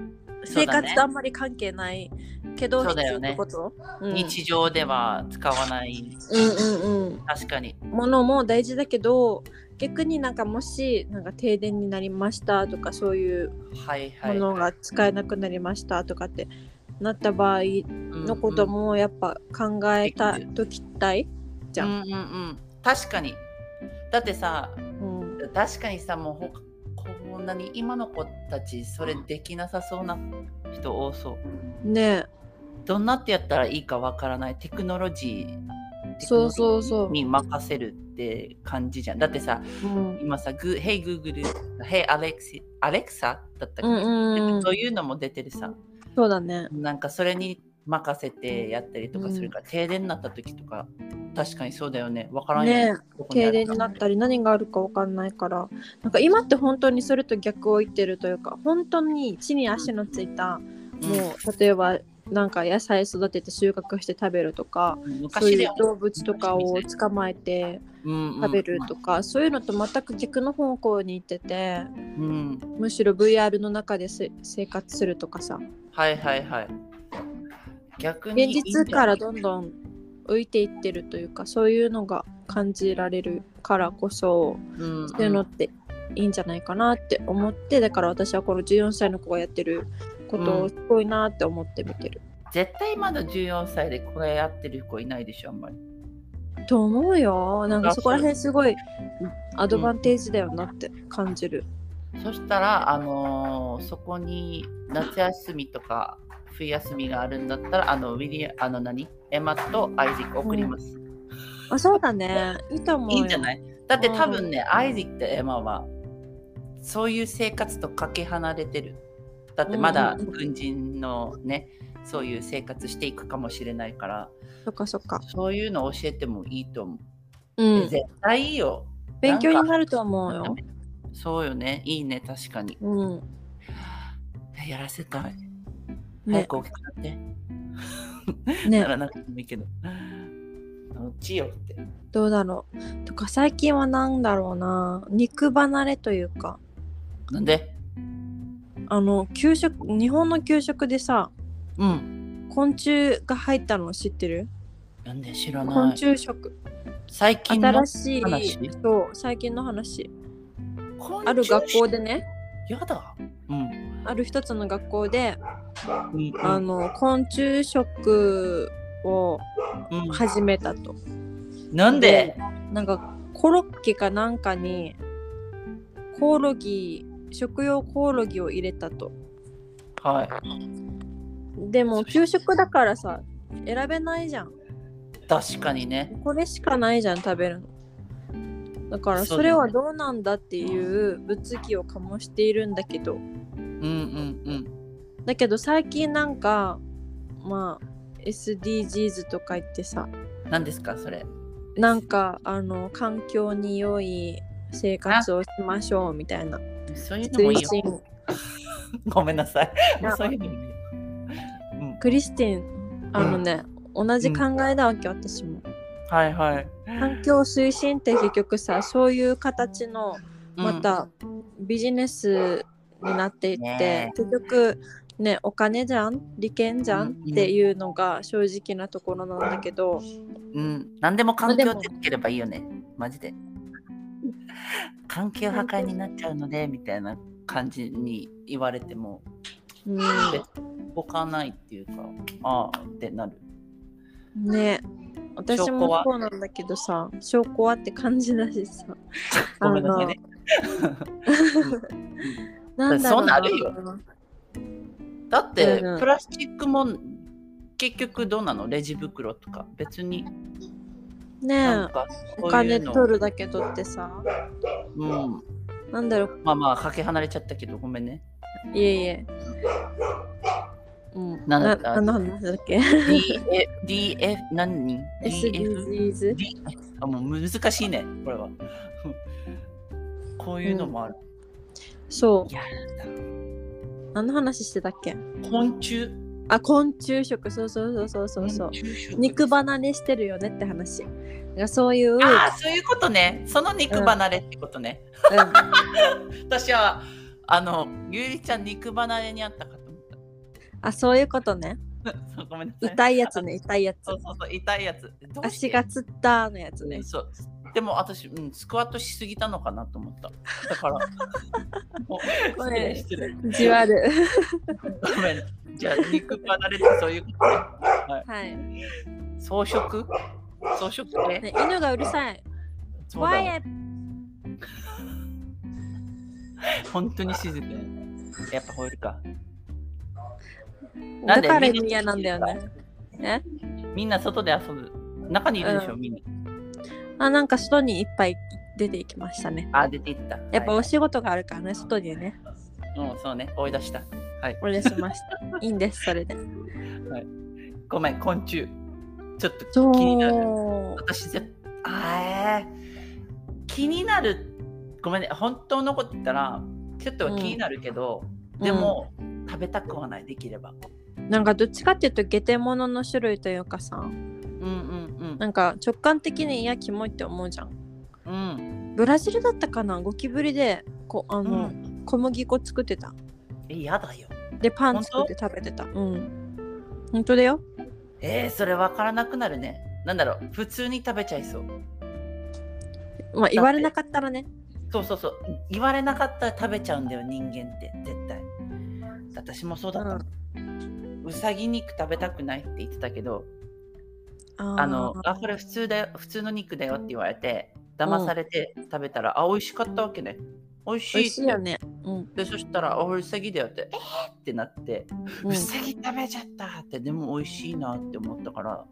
Speaker 2: そう
Speaker 1: 生
Speaker 2: だね
Speaker 1: 活とあんまり関係ないけど
Speaker 2: そう
Speaker 1: 必
Speaker 2: だ
Speaker 1: 要
Speaker 2: よ
Speaker 1: な
Speaker 2: ね
Speaker 1: ことうん
Speaker 2: 日常では使わない。
Speaker 1: うんうんうん
Speaker 2: 確かに。
Speaker 1: ものも大事だけど逆になんかもしなんか停電になりましたとかそういう
Speaker 2: はいは
Speaker 1: も
Speaker 2: い。
Speaker 1: のが使えなくなりましたとかってなった場合のこ
Speaker 2: 子
Speaker 1: と
Speaker 2: も
Speaker 1: もやっぱ考えたときたいじゃん。
Speaker 2: うんうんうん。確かに。だってさ、
Speaker 1: うん
Speaker 2: 確かにさ、もうほこんなに今の子たち、それできなさそうな人多そう。
Speaker 1: ね
Speaker 2: どんなってやったらいいかわからない。テクノロジー。
Speaker 1: えそうそう
Speaker 2: う。
Speaker 1: そう。
Speaker 2: に任せるって感じじゃん。だってさ、
Speaker 1: うん
Speaker 2: 今さ、グ Hey Google、Hey Alexa, Alexa だったっけ、
Speaker 1: うんうんうん
Speaker 2: そういうのも出てるさ。
Speaker 1: そうだね。
Speaker 2: なんかそれに任せてやったりとかするから、停電になった時とか確かにそうだよねわからんよ
Speaker 1: ね
Speaker 2: どこあ
Speaker 1: 停
Speaker 2: る
Speaker 1: 電
Speaker 2: か
Speaker 1: になったり何があるか分かんないからなんか今って本当にそれと逆を言ってるというか本当に地に足のつい
Speaker 2: う
Speaker 1: た、
Speaker 2: ん
Speaker 1: もう例えばなんか野菜育てて収穫して食べるとかそう
Speaker 2: 昔
Speaker 1: い
Speaker 2: で
Speaker 1: う動物とかを捕まえて食
Speaker 2: 食
Speaker 1: べるとか、そういうのと全く逆の方向に行ってて
Speaker 2: うん
Speaker 1: むしろ VR の中です生活するとかさ
Speaker 2: はいはいはい逆に
Speaker 1: 現実からどんどん浮いていってるというかそういうのが感じられるからこそ
Speaker 2: うん
Speaker 1: そういうのっていいんじゃないかなって思ってだから私はこの14歳の子がやってること
Speaker 2: う
Speaker 1: を
Speaker 2: ん
Speaker 1: すごいなって思って見てる、
Speaker 2: 絶対まだ14歳でこれやってる子いないでしょあんまり
Speaker 1: と思うよなんか
Speaker 2: あ
Speaker 1: そこら辺すごいアドバンテージだよなって感じる、
Speaker 2: そしたらあのーそこに夏休みとか冬休みがあるんだったらあのウィリアあの何エマとアイジック送ります、
Speaker 1: あそうだねいいと思うよ
Speaker 2: いいんじゃないいだって
Speaker 1: うん
Speaker 2: 多分ね、アイジックとエマはそういう生活とかけ離れてる。だってまだ
Speaker 1: うんうんうん
Speaker 2: 軍人のね、そういう生活していくかもしれないから、
Speaker 1: そっかそっか
Speaker 2: そういうの教えてもいいと思う。
Speaker 1: うん
Speaker 2: 絶対いいよ。
Speaker 1: 勉強になると思うよ
Speaker 2: そうよね、いいね、確かに。
Speaker 1: うん
Speaker 2: やらせたい。早
Speaker 1: ね
Speaker 2: く大きくなって。
Speaker 1: ね
Speaker 2: やらなくてもいいけど。うちよって。
Speaker 1: どうだろうとか最近はなんだろうな肉離れというか
Speaker 2: なんで
Speaker 1: あの給食日本の給食でさ
Speaker 2: うん。
Speaker 1: 昆虫が入ったの知ってる
Speaker 2: なんで知ら
Speaker 1: 昆
Speaker 2: ない。
Speaker 1: 虫食
Speaker 2: 最近の
Speaker 1: 新しい
Speaker 2: 話
Speaker 1: そう最近の話
Speaker 2: 昆虫
Speaker 1: ある学校でね
Speaker 2: やだ。うん。
Speaker 1: ある一つの学校で
Speaker 2: うん
Speaker 1: あの昆虫食を
Speaker 2: うん
Speaker 1: 始めたと
Speaker 2: なんで
Speaker 1: なんかコロッケかなんかにコオロギ食用コオロギを入れたと
Speaker 2: はい。
Speaker 1: でも給食だからさ選べないじゃん
Speaker 2: 確かにね。
Speaker 1: これしかないじゃん食べるのだから
Speaker 2: そう
Speaker 1: そ
Speaker 2: だね
Speaker 1: れはどうなんだっていう物議を醸しているんだけど
Speaker 2: うんうん
Speaker 1: だけど最近なんかまあ SDGs とか言ってさ
Speaker 2: うん。何ですかそれ。
Speaker 1: なんかあの環境に良い生活をしましょうみたいな
Speaker 2: そういうのも
Speaker 1: 推
Speaker 2: いいよ。
Speaker 1: 進
Speaker 2: ごめんなさ い。もう
Speaker 1: あ
Speaker 2: そういうのもいいよ。うん、
Speaker 1: クリスティンあのね、同じ考えだわけ、私も
Speaker 2: はいはい。
Speaker 1: 環境推進って結局さそういう形の
Speaker 2: うん
Speaker 1: ま、たビジネスになっていって、
Speaker 2: ねえ
Speaker 1: 結局ねお金じゃん利権じゃん
Speaker 2: うん
Speaker 1: っていうのが正直なところなんだけど、
Speaker 2: うん、何でも環境
Speaker 1: まあでも
Speaker 2: でよければいいよね。マ ジで。環境破壊になっちゃうのでみたいな感じに言われても
Speaker 1: うん
Speaker 2: 動かないっていうか、ああってなる。
Speaker 1: ね私
Speaker 2: 証拠
Speaker 1: も
Speaker 2: は
Speaker 1: そうなんだけどさ証拠はって感じだしさ
Speaker 2: ごめんなさいね。
Speaker 1: なんだろ
Speaker 2: そううな
Speaker 1: な
Speaker 2: るよだって、
Speaker 1: うんうん
Speaker 2: プラスチックも結局どうなのレジ袋とか別にな
Speaker 1: ね
Speaker 2: んか
Speaker 1: お
Speaker 2: そうい
Speaker 1: 金
Speaker 2: うの
Speaker 1: 取るだけ取ってさ
Speaker 2: うん、
Speaker 1: なんだろう
Speaker 2: まあまあかけ離れちゃったけどごめんね。
Speaker 1: いえいえうん、
Speaker 2: なんだ
Speaker 1: な何の話だっけ
Speaker 2: DF, DF 何人 DF
Speaker 1: ?SDGs?
Speaker 2: D あもう難しいねこれは。こういうのもある。
Speaker 1: そ
Speaker 2: いや
Speaker 1: う何の話してたっけ
Speaker 2: 昆虫
Speaker 1: あ昆虫食そうそうそうそうそうそ
Speaker 2: 昆
Speaker 1: う
Speaker 2: 虫食
Speaker 1: 肉離れしてるよねって話がそういう、うん、
Speaker 2: ああそういうことね。その肉離れってことね。私はあのゆうりちゃん肉離れにあったかと思った。
Speaker 1: あそういうことね
Speaker 2: そうごめんなさい。
Speaker 1: 痛いやつね痛 いやつ
Speaker 2: そうそうそう痛いやつ。どうして
Speaker 1: 足がつったのやつね
Speaker 2: そうでも私、うん、スクワットしすぎたのかなと思った。だ から。もう
Speaker 1: ごめん
Speaker 2: 失礼失礼
Speaker 1: じわる
Speaker 2: ごめん。じゃあ肉離れってそういうこと、ね。はい。
Speaker 1: はい、ね、
Speaker 2: 装飾装飾ね。
Speaker 1: 犬がうるさい
Speaker 2: そうだ
Speaker 1: 怖い
Speaker 2: ね本当に静かに。やっぱ吠えるか。な
Speaker 1: だ
Speaker 2: んで
Speaker 1: から
Speaker 2: みんな
Speaker 1: 嫌なんだよねえ
Speaker 2: みんな外で遊ぶ。中にいるでしょ、
Speaker 1: う
Speaker 2: みんな。
Speaker 1: あなんか外にいっぱい出ていきましたね
Speaker 2: あ、出ていった。
Speaker 1: やっぱ
Speaker 2: は
Speaker 1: お
Speaker 2: い
Speaker 1: 仕事があるからね外にね
Speaker 2: うん、そうね。追い出した。はい。
Speaker 1: お礼しましたいいんですそれで
Speaker 2: ごめん、昆虫。ちょっと気
Speaker 1: そう
Speaker 2: になる。私ぜあー気になるごめんね本当のこと言ったらちょっとは気になるけど、で、も、食べたくはないできれば
Speaker 1: うんなんかどっちかっていうと下手物の種類というかさ
Speaker 2: うんうん
Speaker 1: なんか直感的にいやキモいって思うじゃん
Speaker 2: うんうん
Speaker 1: ブラジルだったかなゴキブリでこあ
Speaker 2: う
Speaker 1: の、
Speaker 2: ん
Speaker 1: 小麦粉作ってた
Speaker 2: えやだよ
Speaker 1: でパン作って食べてたうん本当だよ
Speaker 2: えー、それ分からなくなるねなんだろう普通に食べちゃいそう
Speaker 1: まあ言われなかったらね
Speaker 2: そうそうそう言われなかったら食べちゃうんだよ人間って絶対私もそうだったの、うさぎ肉食べたくないって言ってたけど
Speaker 1: あー
Speaker 2: あのあこれ普通だよ普通の肉だよって言われて騙されて食べたら、あ美味しかったわけね美味し
Speaker 1: 美
Speaker 2: い
Speaker 1: 味
Speaker 2: っ
Speaker 1: していよねうん、
Speaker 2: でそしたらあうさぎだよってえー、ってなって、
Speaker 1: う、
Speaker 2: うんさぎ食べちゃったってでも美味しいなって思ったから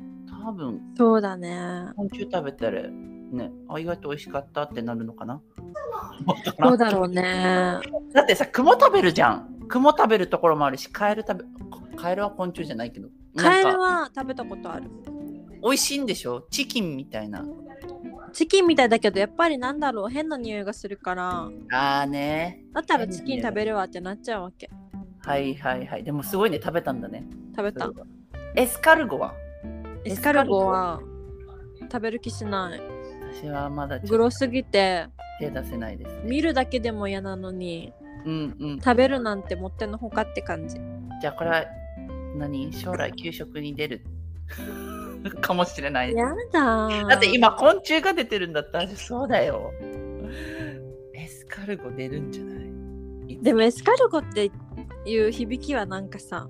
Speaker 2: 多分
Speaker 1: そうだね
Speaker 2: 昆虫食べたらねあ意外と美味しかったってなるのかな
Speaker 1: どうだろうね
Speaker 2: だってさ雲食べるじゃん雲食べるところもあるしカエル食べカエルは昆虫じゃないけど
Speaker 1: カエ
Speaker 2: なん
Speaker 1: ル
Speaker 2: か
Speaker 1: は食べたことある
Speaker 2: 美味しいんでしょチキンみたいな
Speaker 1: チキンみたいだけどやっぱりなんだろう変な匂いがするから
Speaker 2: あーね
Speaker 1: だったらチキン食べるわってなっちゃうわけ
Speaker 2: はいはいはいでもすごいね食べたんだね
Speaker 1: 食べた
Speaker 2: エスカルゴは
Speaker 1: エスカルゴは食べる気しない
Speaker 2: 私はまだち
Speaker 1: グ
Speaker 2: ょっと
Speaker 1: ロすぎて
Speaker 2: 手出せないです。
Speaker 1: 見るだけでも嫌なのに
Speaker 2: うんうん。
Speaker 1: 食べるなんてもってのほかって感じ
Speaker 2: じゃあこれは何将来給食に出る かもしれない。
Speaker 1: やだー
Speaker 2: だって今昆虫が出てるんだったらそうだよ。エスカルゴ出るんじゃないいつ
Speaker 1: でもエスカルゴっていう響きはなんかさ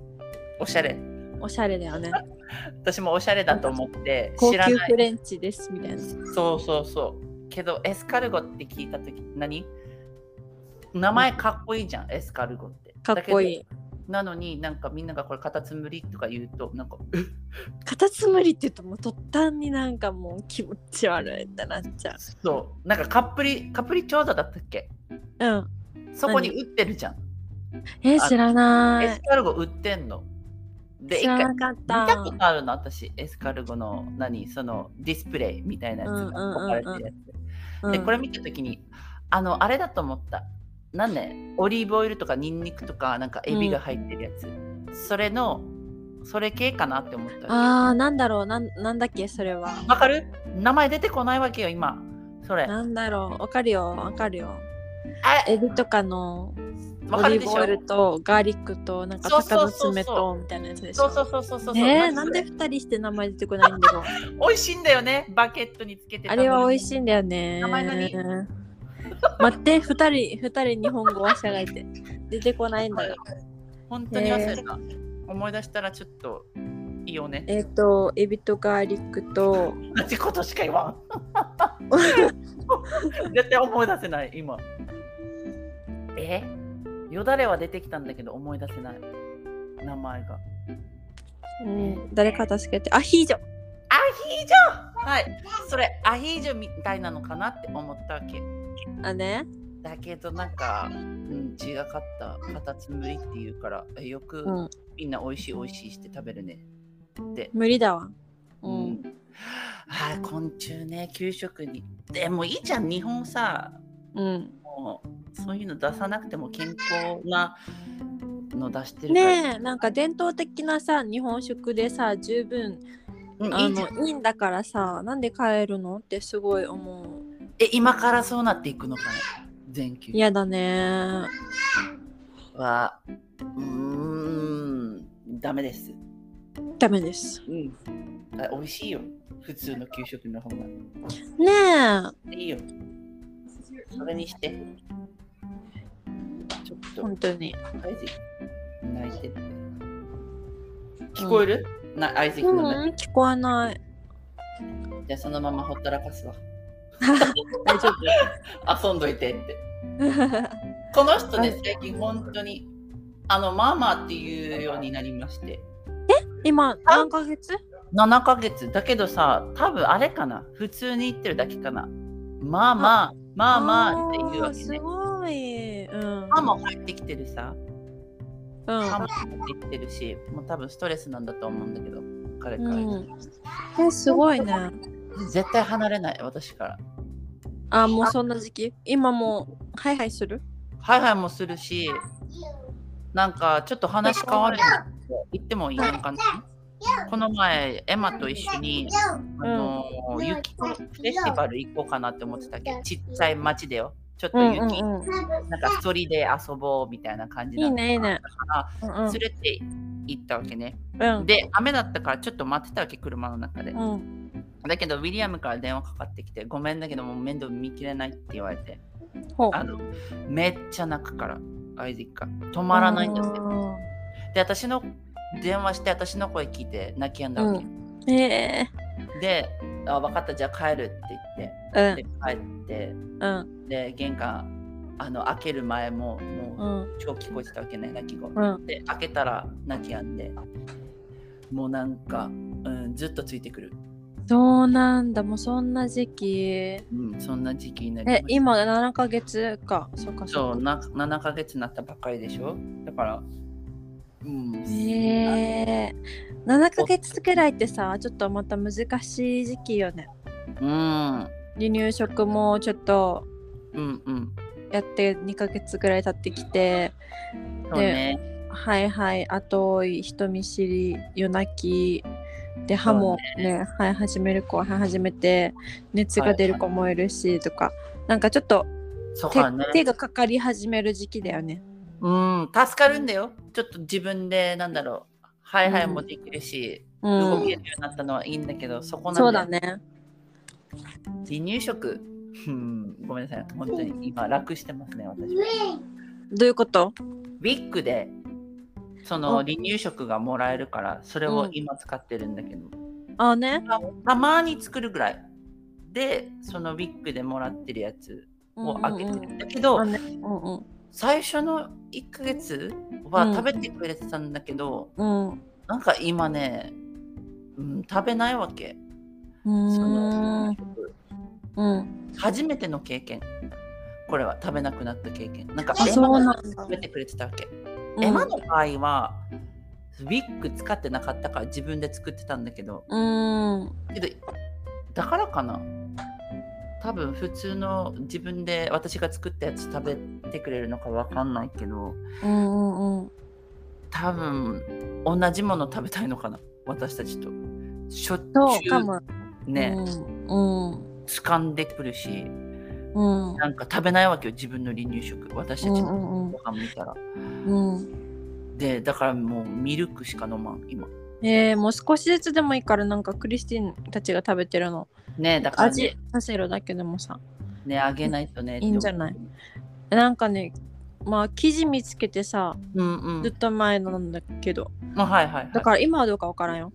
Speaker 2: おしゃれ。
Speaker 1: おしゃれだよね
Speaker 2: 私もおしゃれだと思って
Speaker 1: 高
Speaker 2: 知ら
Speaker 1: 級
Speaker 2: ない。
Speaker 1: フレンチですみたいな
Speaker 2: そうそうそう。けどエスカルゴって聞いたとき何名前かっこいいじゃん、エスカルゴって。
Speaker 1: かっこ
Speaker 2: だ
Speaker 1: い
Speaker 2: け
Speaker 1: い
Speaker 2: ど。なのになんかみんながこれカタツムリとか言うとなんかえ
Speaker 1: カタツムリって言うともう突端になんかもう気持ち悪いってなっちゃ
Speaker 2: そうなんかカプリカプリチョーザだったっけ
Speaker 1: ううん
Speaker 2: そこに売ってるじゃん。
Speaker 1: え知らな
Speaker 2: エ
Speaker 1: い
Speaker 2: スカルゴ売ってんの。で、
Speaker 1: 知
Speaker 2: 一
Speaker 1: ら
Speaker 2: 回
Speaker 1: なかっ
Speaker 2: 見たこ
Speaker 1: た。
Speaker 2: とあるの私エスカルゴの何そのディスプレイみたいなやつが置かれてるやつ、でこれ見た時にあのあれだと思ったなんでオリーブオイルとかニンニクとかなんかエビが入ってるやつ、それのそれ系かなって思った
Speaker 1: うん、
Speaker 2: わ
Speaker 1: ああ、なんだろうなん、なんだっけ、それは。
Speaker 2: けわかる名前出てこないわけよ今それ
Speaker 1: なんだろう、わかるよ、わかるよ。
Speaker 2: あ
Speaker 1: エビとかの
Speaker 2: わ
Speaker 1: オ
Speaker 2: か
Speaker 1: リ
Speaker 2: る
Speaker 1: ー
Speaker 2: でし
Speaker 1: ブ
Speaker 2: ょ
Speaker 1: オイルとガーリックとなんか
Speaker 2: そう
Speaker 1: 鷹
Speaker 2: そ
Speaker 1: の
Speaker 2: うそうそう
Speaker 1: 爪とみたいなやつでし
Speaker 2: そうそ
Speaker 1: ょ
Speaker 2: う。そうそうそうそう
Speaker 1: ねえ、な
Speaker 2: 何そ
Speaker 1: んで
Speaker 2: れ
Speaker 1: 二人して名前出てこないんだろう。
Speaker 2: 美味しいんだよねバケットにつけて
Speaker 1: あれは美味
Speaker 2: い
Speaker 1: しいんだよね。
Speaker 2: 名前何
Speaker 1: 待って、二人、二人日本語をしゃがいて。出てこないんだよ。
Speaker 2: 本当に忘れた、思い出したらちょっといいよね
Speaker 1: えっ、と、エビとガーリック と、
Speaker 2: 同じことしか言わん。絶対思い出せない、今。えよだれは出てきたんだけど思い出せない。名前が。
Speaker 1: うん、誰か助けて。アヒージョ
Speaker 2: アヒージョはい。それ、アヒージョみたいなのかなって思ったわけ。
Speaker 1: あね。
Speaker 2: だけど、なんか、うん、違かった。カタツムリっていうから、えよく
Speaker 1: うん、
Speaker 2: みんな美味しい美味しいして食べるね。って。
Speaker 1: 無理だわ。う。
Speaker 2: うんん。はい、昆虫ね、給食に。でもいいじゃん、日本さ、
Speaker 1: うん、
Speaker 2: もうそういうの出さなくても健康なの出してるから、
Speaker 1: ねえなんか伝統的なさ日本食でさ十分
Speaker 2: うんい
Speaker 1: あ
Speaker 2: いじゃん
Speaker 1: のいいんだからさなんで変えるのってすごい思う。
Speaker 2: え今からそうなっていくのかな全球
Speaker 1: 嫌だね。
Speaker 2: はうーんダメです、
Speaker 1: ダメです。
Speaker 2: うん、あ美味しいよ普通の給食の方が
Speaker 1: ねえ。
Speaker 2: いいよそれにしてちょっと
Speaker 1: 本当に。
Speaker 2: アイゼック泣いてる聞こえる、なアイゼックの泣き
Speaker 1: 聞こえない。
Speaker 2: じゃあそのままほったらかすわ
Speaker 1: 大丈
Speaker 2: 遊んどいてって
Speaker 1: 夫。
Speaker 2: この人
Speaker 1: は
Speaker 2: ね、最近本当に、あの、ママっていうようになりまして。
Speaker 1: 今、何ヶ月
Speaker 2: 7ヶ月。だけどさ、多分あれかな。普通に言ってるだけかな。まあまあ、まあまあっていうわけ
Speaker 1: す
Speaker 2: ね。
Speaker 1: ごい。うん。
Speaker 2: 歯も入ってきてるさ。
Speaker 1: うん
Speaker 2: 歯も入ってきてるし、もう多分ストレスなんだと思うんだけど、彼から、
Speaker 1: うんえ、すごいね。
Speaker 2: 絶対離れない、私から。
Speaker 1: あ、もうそんな時期今もう、ハイハイする
Speaker 2: はいはいもするし、なんかちょっと話変わるんだけど言ってもいいのかなこの前、エマと一緒に、あのー雪のフェスティバル行こうかなって思ってたけど、ちっちゃい町でよ。ちょっと雪、
Speaker 1: うんうん
Speaker 2: なんか一人で遊ぼうみたいな感じ
Speaker 1: い
Speaker 2: だ
Speaker 1: い
Speaker 2: った
Speaker 1: ね、いいね。
Speaker 2: から、
Speaker 1: うん
Speaker 2: 連れて行ったわけね。
Speaker 1: うん。
Speaker 2: で、雨だったからちょっと待ってたわけ、車の中で。
Speaker 1: うん。
Speaker 2: だけど、ウィリアムから電話かかってきて、ごめんだけど、もう面倒見きれないって言われて、
Speaker 1: ほう。
Speaker 2: あの、めっちゃ泣くから、アイゼックが。止まらないんだって。で、私の電話して、私の声聞いて泣き止んだわけ。
Speaker 1: うん。え
Speaker 2: で、あ、分かった、じゃあ帰るって言って。
Speaker 1: え
Speaker 2: で帰って
Speaker 1: うん。
Speaker 2: で玄関あの開ける前も
Speaker 1: う。
Speaker 2: もうん超聞こえてたわけね泣き声
Speaker 1: うん。
Speaker 2: で開けたら泣きやんでもうなんか、うん、ずっとついてくる、
Speaker 1: そうなんだ。もうそんな時期。
Speaker 2: うん、そんな時期になりま
Speaker 1: え
Speaker 2: し、た
Speaker 1: 今7ヶ月か。そうか、
Speaker 2: そう
Speaker 1: か。
Speaker 2: な7ヶ月になったばっかりでしょだからうん
Speaker 1: へえ7ヶ月くらいってさちょっとまた難しい時期よね
Speaker 2: うん
Speaker 1: 離乳食もちょっと
Speaker 2: うんうん
Speaker 1: やって2ヶ月くらい経ってきて
Speaker 2: そうね
Speaker 1: はいはい後追い人見知り夜泣きで歯もねはい始める子ははい始めて熱が出る子もいるしとか、なんかちょっと
Speaker 2: そう
Speaker 1: 手,、
Speaker 2: かね
Speaker 1: 手がかかり始める時期だよね
Speaker 2: うん助かるんだよちょっと自分でなんだろうはいはいもできるし、
Speaker 1: う
Speaker 2: 動け
Speaker 1: ん
Speaker 2: るようになったのはいいんだけどそこなんだ
Speaker 1: そ
Speaker 2: よ
Speaker 1: うだね
Speaker 2: 離乳食、うん、ごめんなさい、本当に今楽してますね、私。
Speaker 1: どういうこと
Speaker 2: ウィッグで、その離乳食がもらえるから、それを今使ってるんだけど、
Speaker 1: ああね、
Speaker 2: たまに作るぐらい。で、そのウィッグでもらってるやつ
Speaker 1: うんう
Speaker 2: を
Speaker 1: ん
Speaker 2: あげてるんだけど、
Speaker 1: あねうんうん
Speaker 2: 最初の1ヶ月
Speaker 1: う
Speaker 2: は
Speaker 1: ん
Speaker 2: 食べてくれてたんだけど、
Speaker 1: うん
Speaker 2: なんか今ね、うん、食べないわけ。
Speaker 1: う
Speaker 2: その
Speaker 1: ーんうん、
Speaker 2: 初めての経験。これは食べなくなった経験。なんか
Speaker 1: あ、
Speaker 2: エ
Speaker 1: そう
Speaker 2: マ
Speaker 1: な
Speaker 2: が
Speaker 1: んだ
Speaker 2: 食。べてくれてたわけ。
Speaker 1: うん
Speaker 2: エマの場合は、ウィッグ使ってなかったから自分で作ってたんだけど
Speaker 1: うん
Speaker 2: けどだからかな多分普通の自分で私が作ったやつ食べてくれるのかわかんないけど
Speaker 1: うんうん
Speaker 2: 多分同じもの食べたいのかな私たちとしょっ
Speaker 1: そう
Speaker 2: ちゅ
Speaker 1: かも
Speaker 2: うね、
Speaker 1: うん
Speaker 2: 掴んでくるし
Speaker 1: うんうん
Speaker 2: なんか食べないわけよ自分の離乳食私たち
Speaker 1: う
Speaker 2: の
Speaker 1: んうん
Speaker 2: ご飯見たら、
Speaker 1: うん
Speaker 2: でだからもうミルクしか飲まん今
Speaker 1: えー、もう少しずつでもいいからなんかクリスティンたちが食べてるの
Speaker 2: ねだから
Speaker 1: 味
Speaker 2: ね
Speaker 1: させるだけでもさ
Speaker 2: ねあげないとね
Speaker 1: いいんじゃないなんかねまあ記事見つけてさ
Speaker 2: うんうん
Speaker 1: ずっと前のなんだけど
Speaker 2: まあはいはいはい
Speaker 1: だから今はどうかわからんよ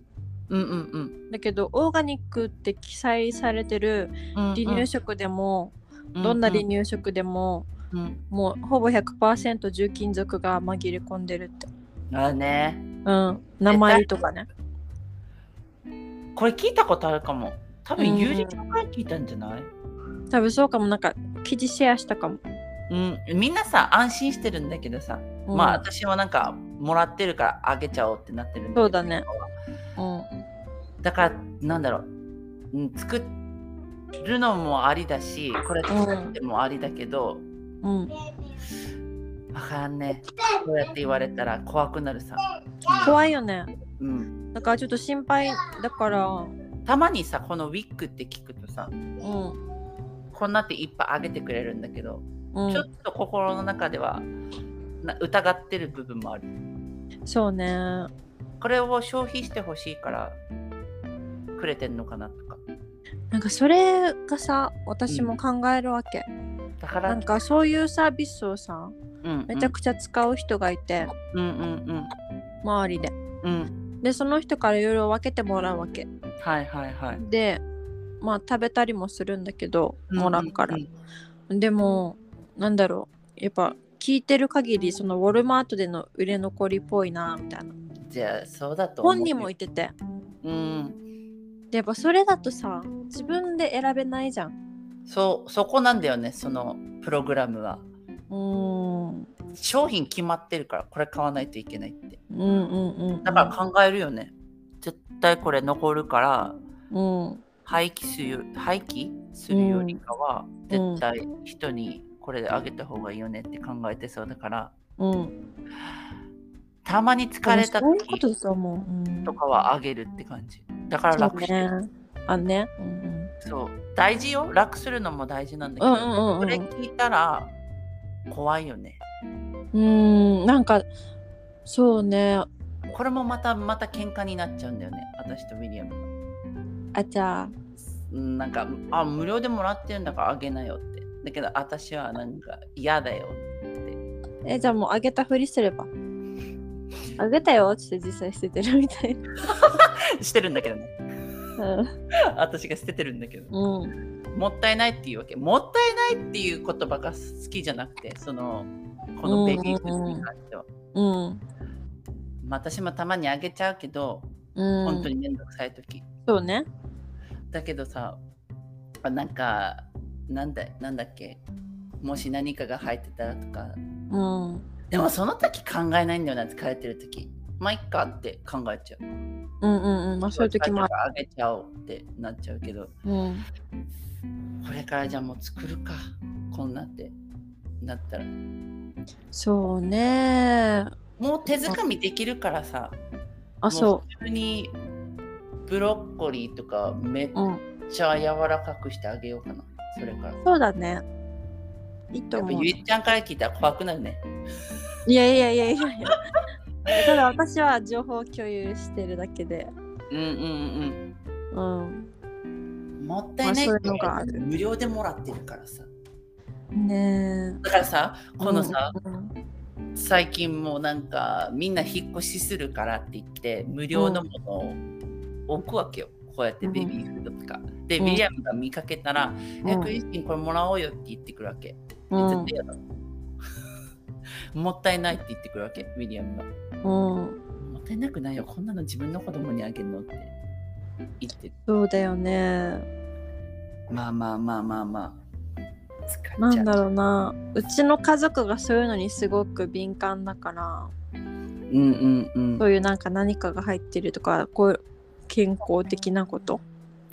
Speaker 2: うんうんうん
Speaker 1: だけどオーガニックって記載されてる
Speaker 2: うん
Speaker 1: 離乳食でも、どんな離乳食でも、
Speaker 2: うんうん
Speaker 1: もうほぼ100%重金属が紛れ込んでるって、
Speaker 2: ああね
Speaker 1: うん、名前とかね
Speaker 2: これ聞いたことあるかも多分友人から聞いたんじゃない、
Speaker 1: 多分そうかもなんか記事シェアしたかも、
Speaker 2: うんみんなさ安心してるんだけどさ、
Speaker 1: うん
Speaker 2: まあ私はなんかもらってるからあげちゃおうってなってるんけど
Speaker 1: そうだねうん
Speaker 2: だからなんだろううん作るのもありだしこれ作ってもありだけど、
Speaker 1: うん、
Speaker 2: わからんねこうやって言われたら怖くなるさ、
Speaker 1: 怖いよね
Speaker 2: うん、
Speaker 1: だからちょっと心配だからうん
Speaker 2: たまにさこのウィッグって聞くとさこんなっていっぱいあげてくれるんだけど、
Speaker 1: う
Speaker 2: ちょっ
Speaker 1: ん、
Speaker 2: と心の中ではな疑ってる部分もある
Speaker 1: そうね
Speaker 2: これを消費してほしいからくれてんのかなとか
Speaker 1: なんかそれがさ私も考えるわけ、
Speaker 2: だから
Speaker 1: なんかそういうサービスをさ
Speaker 2: うん
Speaker 1: めちゃくちゃ使う人がいて、
Speaker 2: うんうん
Speaker 1: 周りで
Speaker 2: うんうん
Speaker 1: でその人からいろいろ分けてもらうわけ
Speaker 2: はいはいはい
Speaker 1: でまあ食べたりもするんだけどもらうから、
Speaker 2: うんうん
Speaker 1: でもなんだろうやっぱ聞いてる限りそのウォルマートでの売れ残りっぽいなみたいな
Speaker 2: じゃあそうだと思う
Speaker 1: 本人も言ってて
Speaker 2: うん
Speaker 1: でやっぱそれだとさ自分で選べないじゃん
Speaker 2: そうそこなんだよねそのプログラムは
Speaker 1: うーんうん
Speaker 2: 商品決まってるからこれ買わないといけないって
Speaker 1: うんうん
Speaker 2: だから考えるよね絶対これ残るから
Speaker 1: うん
Speaker 2: 廃棄するよ廃棄するよりかは
Speaker 1: うん
Speaker 2: 絶対人にこれであげた方がいいよねって考えてそうだから
Speaker 1: うん
Speaker 2: たまに疲れた
Speaker 1: そういうこ
Speaker 2: 時
Speaker 1: とだと思う、うん、
Speaker 2: とかはあげるって感じだから楽してる
Speaker 1: そうねあねうん
Speaker 2: そう大事よ楽するのも大事なんだけ
Speaker 1: うん
Speaker 2: ど、
Speaker 1: うんう
Speaker 2: それ
Speaker 1: ん
Speaker 2: 聞いたら怖いよね
Speaker 1: うんうんなんかそうね
Speaker 2: これもまたまた喧嘩になっちゃうんだよね私とウィリアムが
Speaker 1: あじゃあ
Speaker 2: うんなんかあ無料でもらってるんだからあげなよってだけど私はなんか嫌だよ
Speaker 1: えじゃあもうあげたふりすればあげたよっつって実際捨ててるみたい
Speaker 2: してるんだけどね
Speaker 1: な
Speaker 2: 私が捨ててるんだけど
Speaker 1: うん、うん、
Speaker 2: もったいないっていうわけもったいないっていう言葉が好きじゃなくてそのこのベビーフーズに関しては、
Speaker 1: うん
Speaker 2: まあ私もたまにあげちゃうけど
Speaker 1: うん
Speaker 2: 本当にめんどくさい時、
Speaker 1: そうね
Speaker 2: だけどさあなんかなんだなんだっけもし何かが入ってたらとか
Speaker 1: うん
Speaker 2: でもその時考えないんだよな疲れてる時まあいっかって考えちゃう
Speaker 1: うんうんうんまあそういう時もあ
Speaker 2: あ
Speaker 1: る、
Speaker 2: あげちゃおうってなっちゃうけど
Speaker 1: うん、
Speaker 2: これからじゃあもう作るかこんなってなったら
Speaker 1: そうね
Speaker 2: もう手づかみできるからさ
Speaker 1: あそ
Speaker 2: もう普通にブロッコリーとかめっ
Speaker 1: ううん
Speaker 2: ちゃ柔らかくしてあげようかなそれから
Speaker 1: そうだねいいと
Speaker 2: やっぱ
Speaker 1: 思う
Speaker 2: ゆいちゃんから聞いたら怖くなるね
Speaker 1: いやいやいやいやい やただ私は情報を共有してるだけで
Speaker 2: うんうんうん
Speaker 1: うん
Speaker 2: もったいないって言わ
Speaker 1: まあそ
Speaker 2: れ
Speaker 1: ういうのがあ
Speaker 2: て
Speaker 1: る
Speaker 2: 無料でもらってるからさ
Speaker 1: ね
Speaker 2: だからさ
Speaker 1: え
Speaker 2: このさ、
Speaker 1: うん
Speaker 2: 最近もうなんかみんな引っ越しするからって言って無料のものを置くわけよ、こうやってベビーフードとか、でウ
Speaker 1: うん
Speaker 2: ィリアムが見かけたら「
Speaker 1: うん
Speaker 2: えクリスティンこれもらおうよ」って言ってくるわけ、
Speaker 1: うん
Speaker 2: 絶対嫌だもったいないって言ってくるわけウィリアムが
Speaker 1: うん、
Speaker 2: 「もったいなくないよこんなの自分の子供にあげるの」って言ってる
Speaker 1: そうだよね
Speaker 2: まあまあまあまあまあ使っちゃう
Speaker 1: なんだろうなうちの家族がそういうのにすごく敏感だから
Speaker 2: うんうんう
Speaker 1: そ
Speaker 2: ん。
Speaker 1: ういうなんか何かが入ってるとかこういう健康的なこと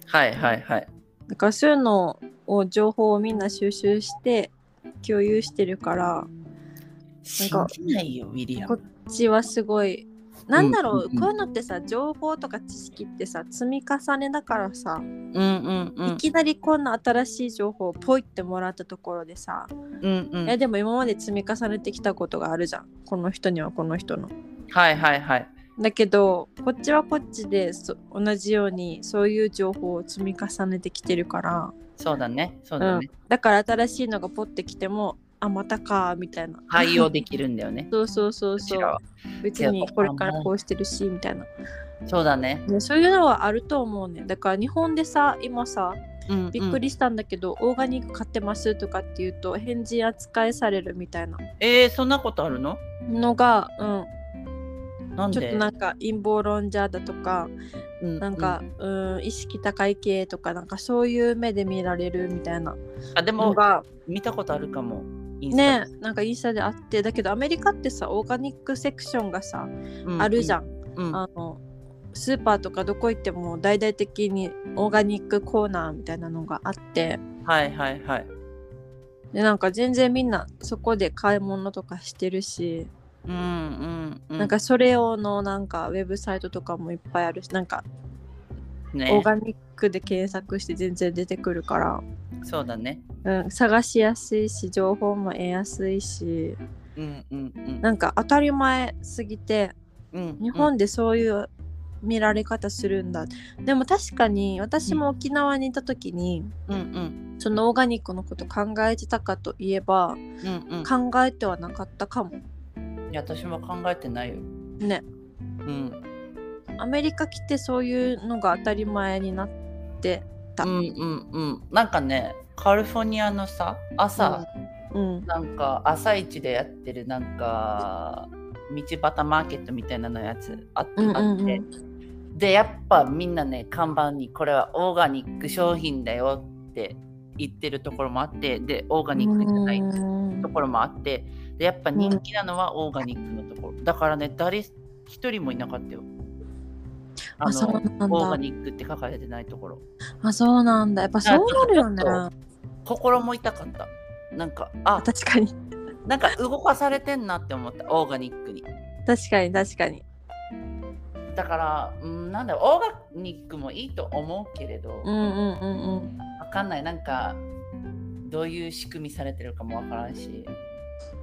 Speaker 2: はいはいはい。
Speaker 1: なんかそういうのを情報をみんな収集して共有してるから
Speaker 2: 信じないよ、ウィリア
Speaker 1: こ
Speaker 2: ム。
Speaker 1: っちはすごいなんだろう、
Speaker 2: うんうんうん
Speaker 1: こういうのってさ情報とか知識ってさ積み重ねだからさ、
Speaker 2: うんうんうん
Speaker 1: い。きなりこんな新しい情報をポイってもらったところでさ、
Speaker 2: うんうん
Speaker 1: え。でも今まで積み重ねてきたことがあるじゃんこの人にはこの人の。
Speaker 2: はいはいはい。
Speaker 1: だけどこっちはこっちでそ同じようにそういう情報を積み重ねてきてるから
Speaker 2: そうだね。そうだね。
Speaker 1: だから新しいのがポッてきてもあまたかみたいな。
Speaker 2: 対応できるんだよね。
Speaker 1: そうそう そう
Speaker 2: こち
Speaker 1: そ
Speaker 2: ら
Speaker 1: う
Speaker 2: は
Speaker 1: 別にこれからこうしてるしみたいな、
Speaker 2: そうだね。
Speaker 1: ね、そういうのはあると思うねだから日本でさ今さ
Speaker 2: うんうん
Speaker 1: びっくりしたんだけど、オーガニック買ってますとかって言うと変人扱いされるみたいな
Speaker 2: えー、そんなことあるの
Speaker 1: のが、うん、
Speaker 2: なん
Speaker 1: ちょっ
Speaker 2: で
Speaker 1: となんか陰謀論者だとか
Speaker 2: うん
Speaker 1: なんか、うん、意識高い系とかなんかそういう目で見られるみたいな
Speaker 2: うんあで
Speaker 1: の
Speaker 2: も
Speaker 1: が
Speaker 2: 見たことあるかも。インスタ
Speaker 1: ねなんかインスタであってだけどアメリカってさオーガニックセクションがさ
Speaker 2: う
Speaker 1: あるじゃ
Speaker 2: ん。
Speaker 1: ん、
Speaker 2: うん
Speaker 1: あのスーパーとかどこ行っても大々的にオーガニックコーナーみたいなのがあって
Speaker 2: はいはいはい。
Speaker 1: でなんか全然みんなそこで買い物とかしてるし、
Speaker 2: うんうんうん。
Speaker 1: なんかそれ用のなんかウェブサイトとかもいっぱいあるしなんか
Speaker 2: ね
Speaker 1: オーガニックで検索して全然出てくるから。
Speaker 2: そうだね。
Speaker 1: うん、探しやすいし情報も得やすいし
Speaker 2: うんうんうん。
Speaker 1: なんか当たり前すぎて
Speaker 2: うん
Speaker 1: 日本でそういう見られ方するんだ、でも確かに私も沖縄にいた時に、
Speaker 2: うんうん
Speaker 1: そのオーガニックのこと考えてたかといえば
Speaker 2: うんうん。
Speaker 1: 考えてはなかったか
Speaker 2: い
Speaker 1: も
Speaker 2: や私も考えてないよ。
Speaker 1: ね
Speaker 2: うん
Speaker 1: アメリカ来てそういうのが当たり前になって
Speaker 2: う
Speaker 1: だ
Speaker 2: んうんうん。なんかねカリフォルニアのさ朝、
Speaker 1: うん
Speaker 2: なんか朝一でやってるなんか道端マーケットみたいなのやつあって、
Speaker 1: うんうんうん
Speaker 2: あってでやっぱみんなね看板にこれはオーガニック商品だよって言ってるところもあってでオーガニックじゃない
Speaker 1: うん
Speaker 2: ところもあってでやっぱ人気なのはオーガニックのところだからね誰一人もいなかったよあ
Speaker 1: あそ
Speaker 2: の
Speaker 1: うなんだ
Speaker 2: オーガニックって書かれてないところ
Speaker 1: あそうなんだやっぱそうなるよね
Speaker 2: ちょっ心も痛かったなんかあ
Speaker 1: 確かに
Speaker 2: なんか動かされてんなって思ったオーガニックに
Speaker 1: 確かに確かに
Speaker 2: だから、うん、なんだろうオーガニックもいいと思うけれど、
Speaker 1: うんうんうんうん
Speaker 2: わかんないなんかどういう仕組みされてるかもわからんし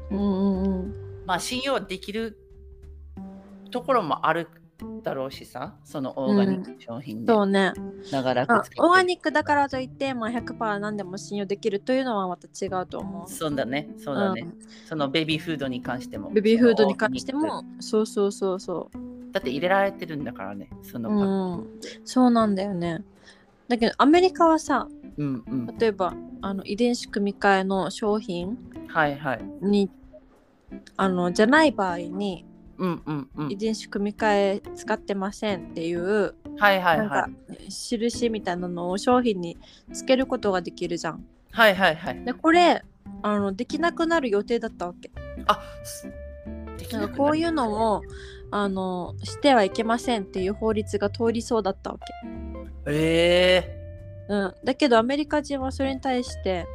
Speaker 1: うんうんうん
Speaker 2: まあ信用できるところもあるだろうしさそのオーガニック商品で
Speaker 1: そうね、
Speaker 2: 長らく
Speaker 1: まあ
Speaker 2: 使って
Speaker 1: オーガニックだからといって、まあ、100%何でも信用できるというのはまた違うと思う。
Speaker 2: そうだねそうだね、
Speaker 1: うん
Speaker 2: そのベビーフードに関しても
Speaker 1: ベビーフードに関して
Speaker 2: そのオーガ
Speaker 1: も
Speaker 2: ニッ
Speaker 1: そうそうそうそ、
Speaker 2: クだって入れられてるんだからねそうのパッ
Speaker 1: うん、そうなんだよねだけどアメリカはさ
Speaker 2: うんうん
Speaker 1: 例えばあの遺伝子組み換えの商品
Speaker 2: はいはい
Speaker 1: にあのじゃない場合に
Speaker 2: うんうんうん
Speaker 1: 遺伝子組み換え使ってませんっていう
Speaker 2: はいはい
Speaker 1: な
Speaker 2: は
Speaker 1: んか印みたいなのを商品につけることができるじゃん。
Speaker 2: いはいはいはい
Speaker 1: でこれあのできなくなる予定だったわけ
Speaker 2: あすでき
Speaker 1: なん
Speaker 2: な
Speaker 1: か
Speaker 2: く
Speaker 1: こういう
Speaker 2: なる
Speaker 1: のをあのしてはいけませんっていう法律が通りそうだったわけ、
Speaker 2: え
Speaker 1: うん、だけどアメリカ人はそれに対して
Speaker 2: え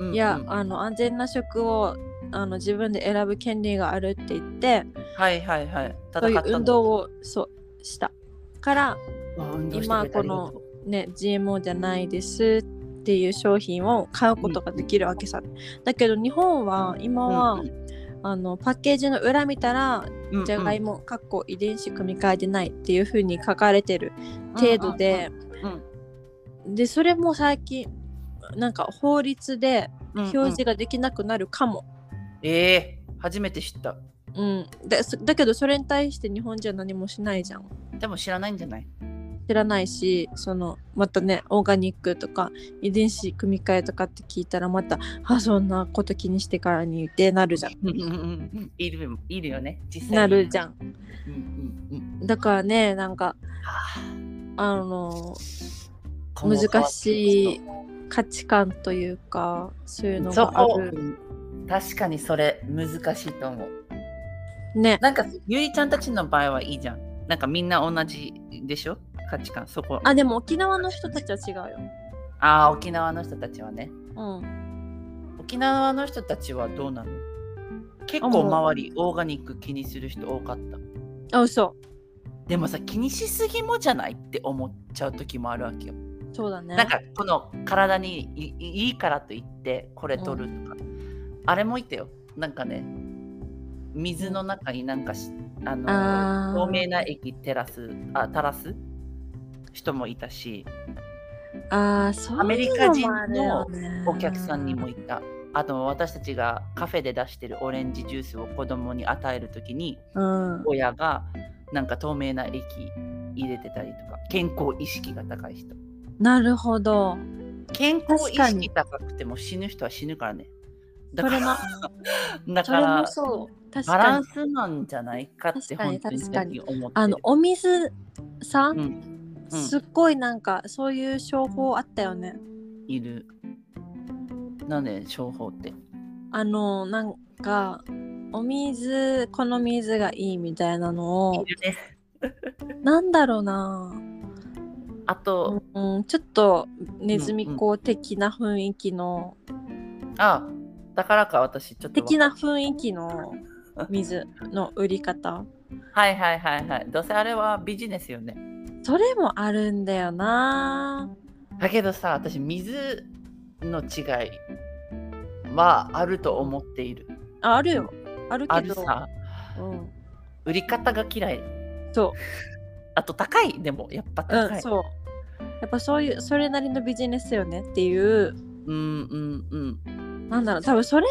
Speaker 2: うんうん
Speaker 1: いやあの安全な食をあの自分で選ぶ権利があるって言って
Speaker 2: はいはいはい
Speaker 1: そういう
Speaker 2: 戦った
Speaker 1: 運
Speaker 2: んだ
Speaker 1: 動をそうしたから、
Speaker 2: あ運動してくれてありがとう
Speaker 1: 今こね、GMO じゃないですっていう商品を買うことができるわけさ、だけど日本は今は、
Speaker 2: うんうん
Speaker 1: あのパッケージの裏見たら
Speaker 2: うんうん
Speaker 1: じゃがいもかっこ遺伝子組み換えてないっていう風に書かれてる程度で、
Speaker 2: うんうん
Speaker 1: でそれも最近なんか法律で
Speaker 2: うんうん
Speaker 1: 表示ができなくなるかも、
Speaker 2: ええ初めて知った
Speaker 1: うんでそだけどそれに対して日本人は何もしないじゃん
Speaker 2: でも知らないんじゃない
Speaker 1: 知らないしそのまたねオーガニックとか遺伝子組み換えとかって聞いたらまたあそんなこと気にしてからにってなるじゃん
Speaker 2: うんうんうんいるよいるよね実際に
Speaker 1: なるじゃん
Speaker 2: うんうんうん
Speaker 1: だからねなんか
Speaker 2: は
Speaker 1: あの
Speaker 2: あ
Speaker 1: 難しい価値観というかそういうの
Speaker 2: そ
Speaker 1: があ
Speaker 2: こ
Speaker 1: る
Speaker 2: 確かにそれ難しいと思う
Speaker 1: ね
Speaker 2: なんかゆりちゃんたちの場合はいいじゃんなんかみんな同じでしょ価値観そこ
Speaker 1: あでも沖縄の人たちは違うよ
Speaker 2: あー沖縄の人たちはね
Speaker 1: うん
Speaker 2: 沖縄の人たちはどうなの結構周りオーガニック気にする人多かった
Speaker 1: あ嘘
Speaker 2: でもさ気にしすぎもじゃないって思っちゃう時もあるわけよ
Speaker 1: そうだね
Speaker 2: なんかこの体にいいいいからといってこれ取るとか、あれもいたよなんかね水の中になんかしあの
Speaker 1: あー
Speaker 2: 透明な液テラスあ垂らす人もいたし
Speaker 1: あーそういうのもあ
Speaker 2: アメリカ人
Speaker 1: るよね
Speaker 2: お客さんにもいた、あと私たちがカフェで出してるオレンジジュースを子供に与える時に
Speaker 1: うん
Speaker 2: 親がなんか透明な液入れてたりとか健康意識が高い人
Speaker 1: なるほど
Speaker 2: 健康意
Speaker 1: 確かに
Speaker 2: 識高くても死ぬ人は死ぬからね。だ
Speaker 1: そ
Speaker 2: か
Speaker 1: れも
Speaker 2: ら、だ
Speaker 1: そ
Speaker 2: か
Speaker 1: れも
Speaker 2: ら
Speaker 1: そう確
Speaker 2: バラ
Speaker 1: か
Speaker 2: ン
Speaker 1: に
Speaker 2: スなんじゃないかって
Speaker 1: 確かに
Speaker 2: 本当に
Speaker 1: 確かに
Speaker 2: 最近思ってる
Speaker 1: あのお水さ、
Speaker 2: うんん、うん
Speaker 1: すっごいなんかそういう商法あったよね
Speaker 2: いる。なんで、商法って。
Speaker 1: あのなんかお水この水がいいみたいなのを
Speaker 2: いるね
Speaker 1: なんだろうな、
Speaker 2: あと、
Speaker 1: うん、ちょっとネズミ講的な雰囲気の、
Speaker 2: あ、だからか私、ちょっとわ。
Speaker 1: 的な雰囲気の水の売り方
Speaker 2: はいはいはいはい。どうせあれはビジネスよね。
Speaker 1: それもあるんだよな
Speaker 2: だけどさ、私、水の違いはあると思っている。
Speaker 1: ああるよある
Speaker 2: あ
Speaker 1: け
Speaker 2: る
Speaker 1: ど
Speaker 2: さ、
Speaker 1: うん、
Speaker 2: 売り方が嫌い。
Speaker 1: そう
Speaker 2: あと高いでもやっぱ
Speaker 1: うん
Speaker 2: 高い。
Speaker 1: そうやっぱそういうそれなりのビジネスよねっていう
Speaker 2: うんうんうん。
Speaker 1: なんだろう多分それ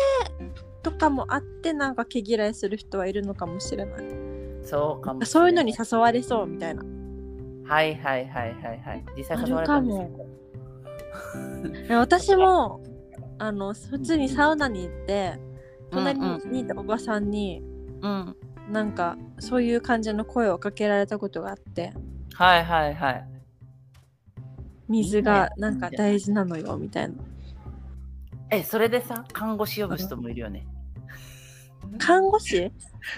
Speaker 1: とかもあってなんか毛嫌いする人はいるのかもしれない
Speaker 2: そうかもしれな。
Speaker 1: そういうのに誘われそうみたいな
Speaker 2: はいはいはいはいはい。実際
Speaker 1: あ
Speaker 2: 誘われ
Speaker 1: る
Speaker 2: た
Speaker 1: か
Speaker 2: んですよ。
Speaker 1: も私もあの普通にサウナに行って隣
Speaker 2: うん
Speaker 1: にいたおばさんに
Speaker 2: うん。
Speaker 1: なんかそういう感じの声をかけられたことがあって
Speaker 2: はいはいはい。
Speaker 1: 水が
Speaker 2: いいね
Speaker 1: なんか大事なのよみたいな
Speaker 2: え、それでさ、看護師呼ぶ人もいるよね。
Speaker 1: 看護師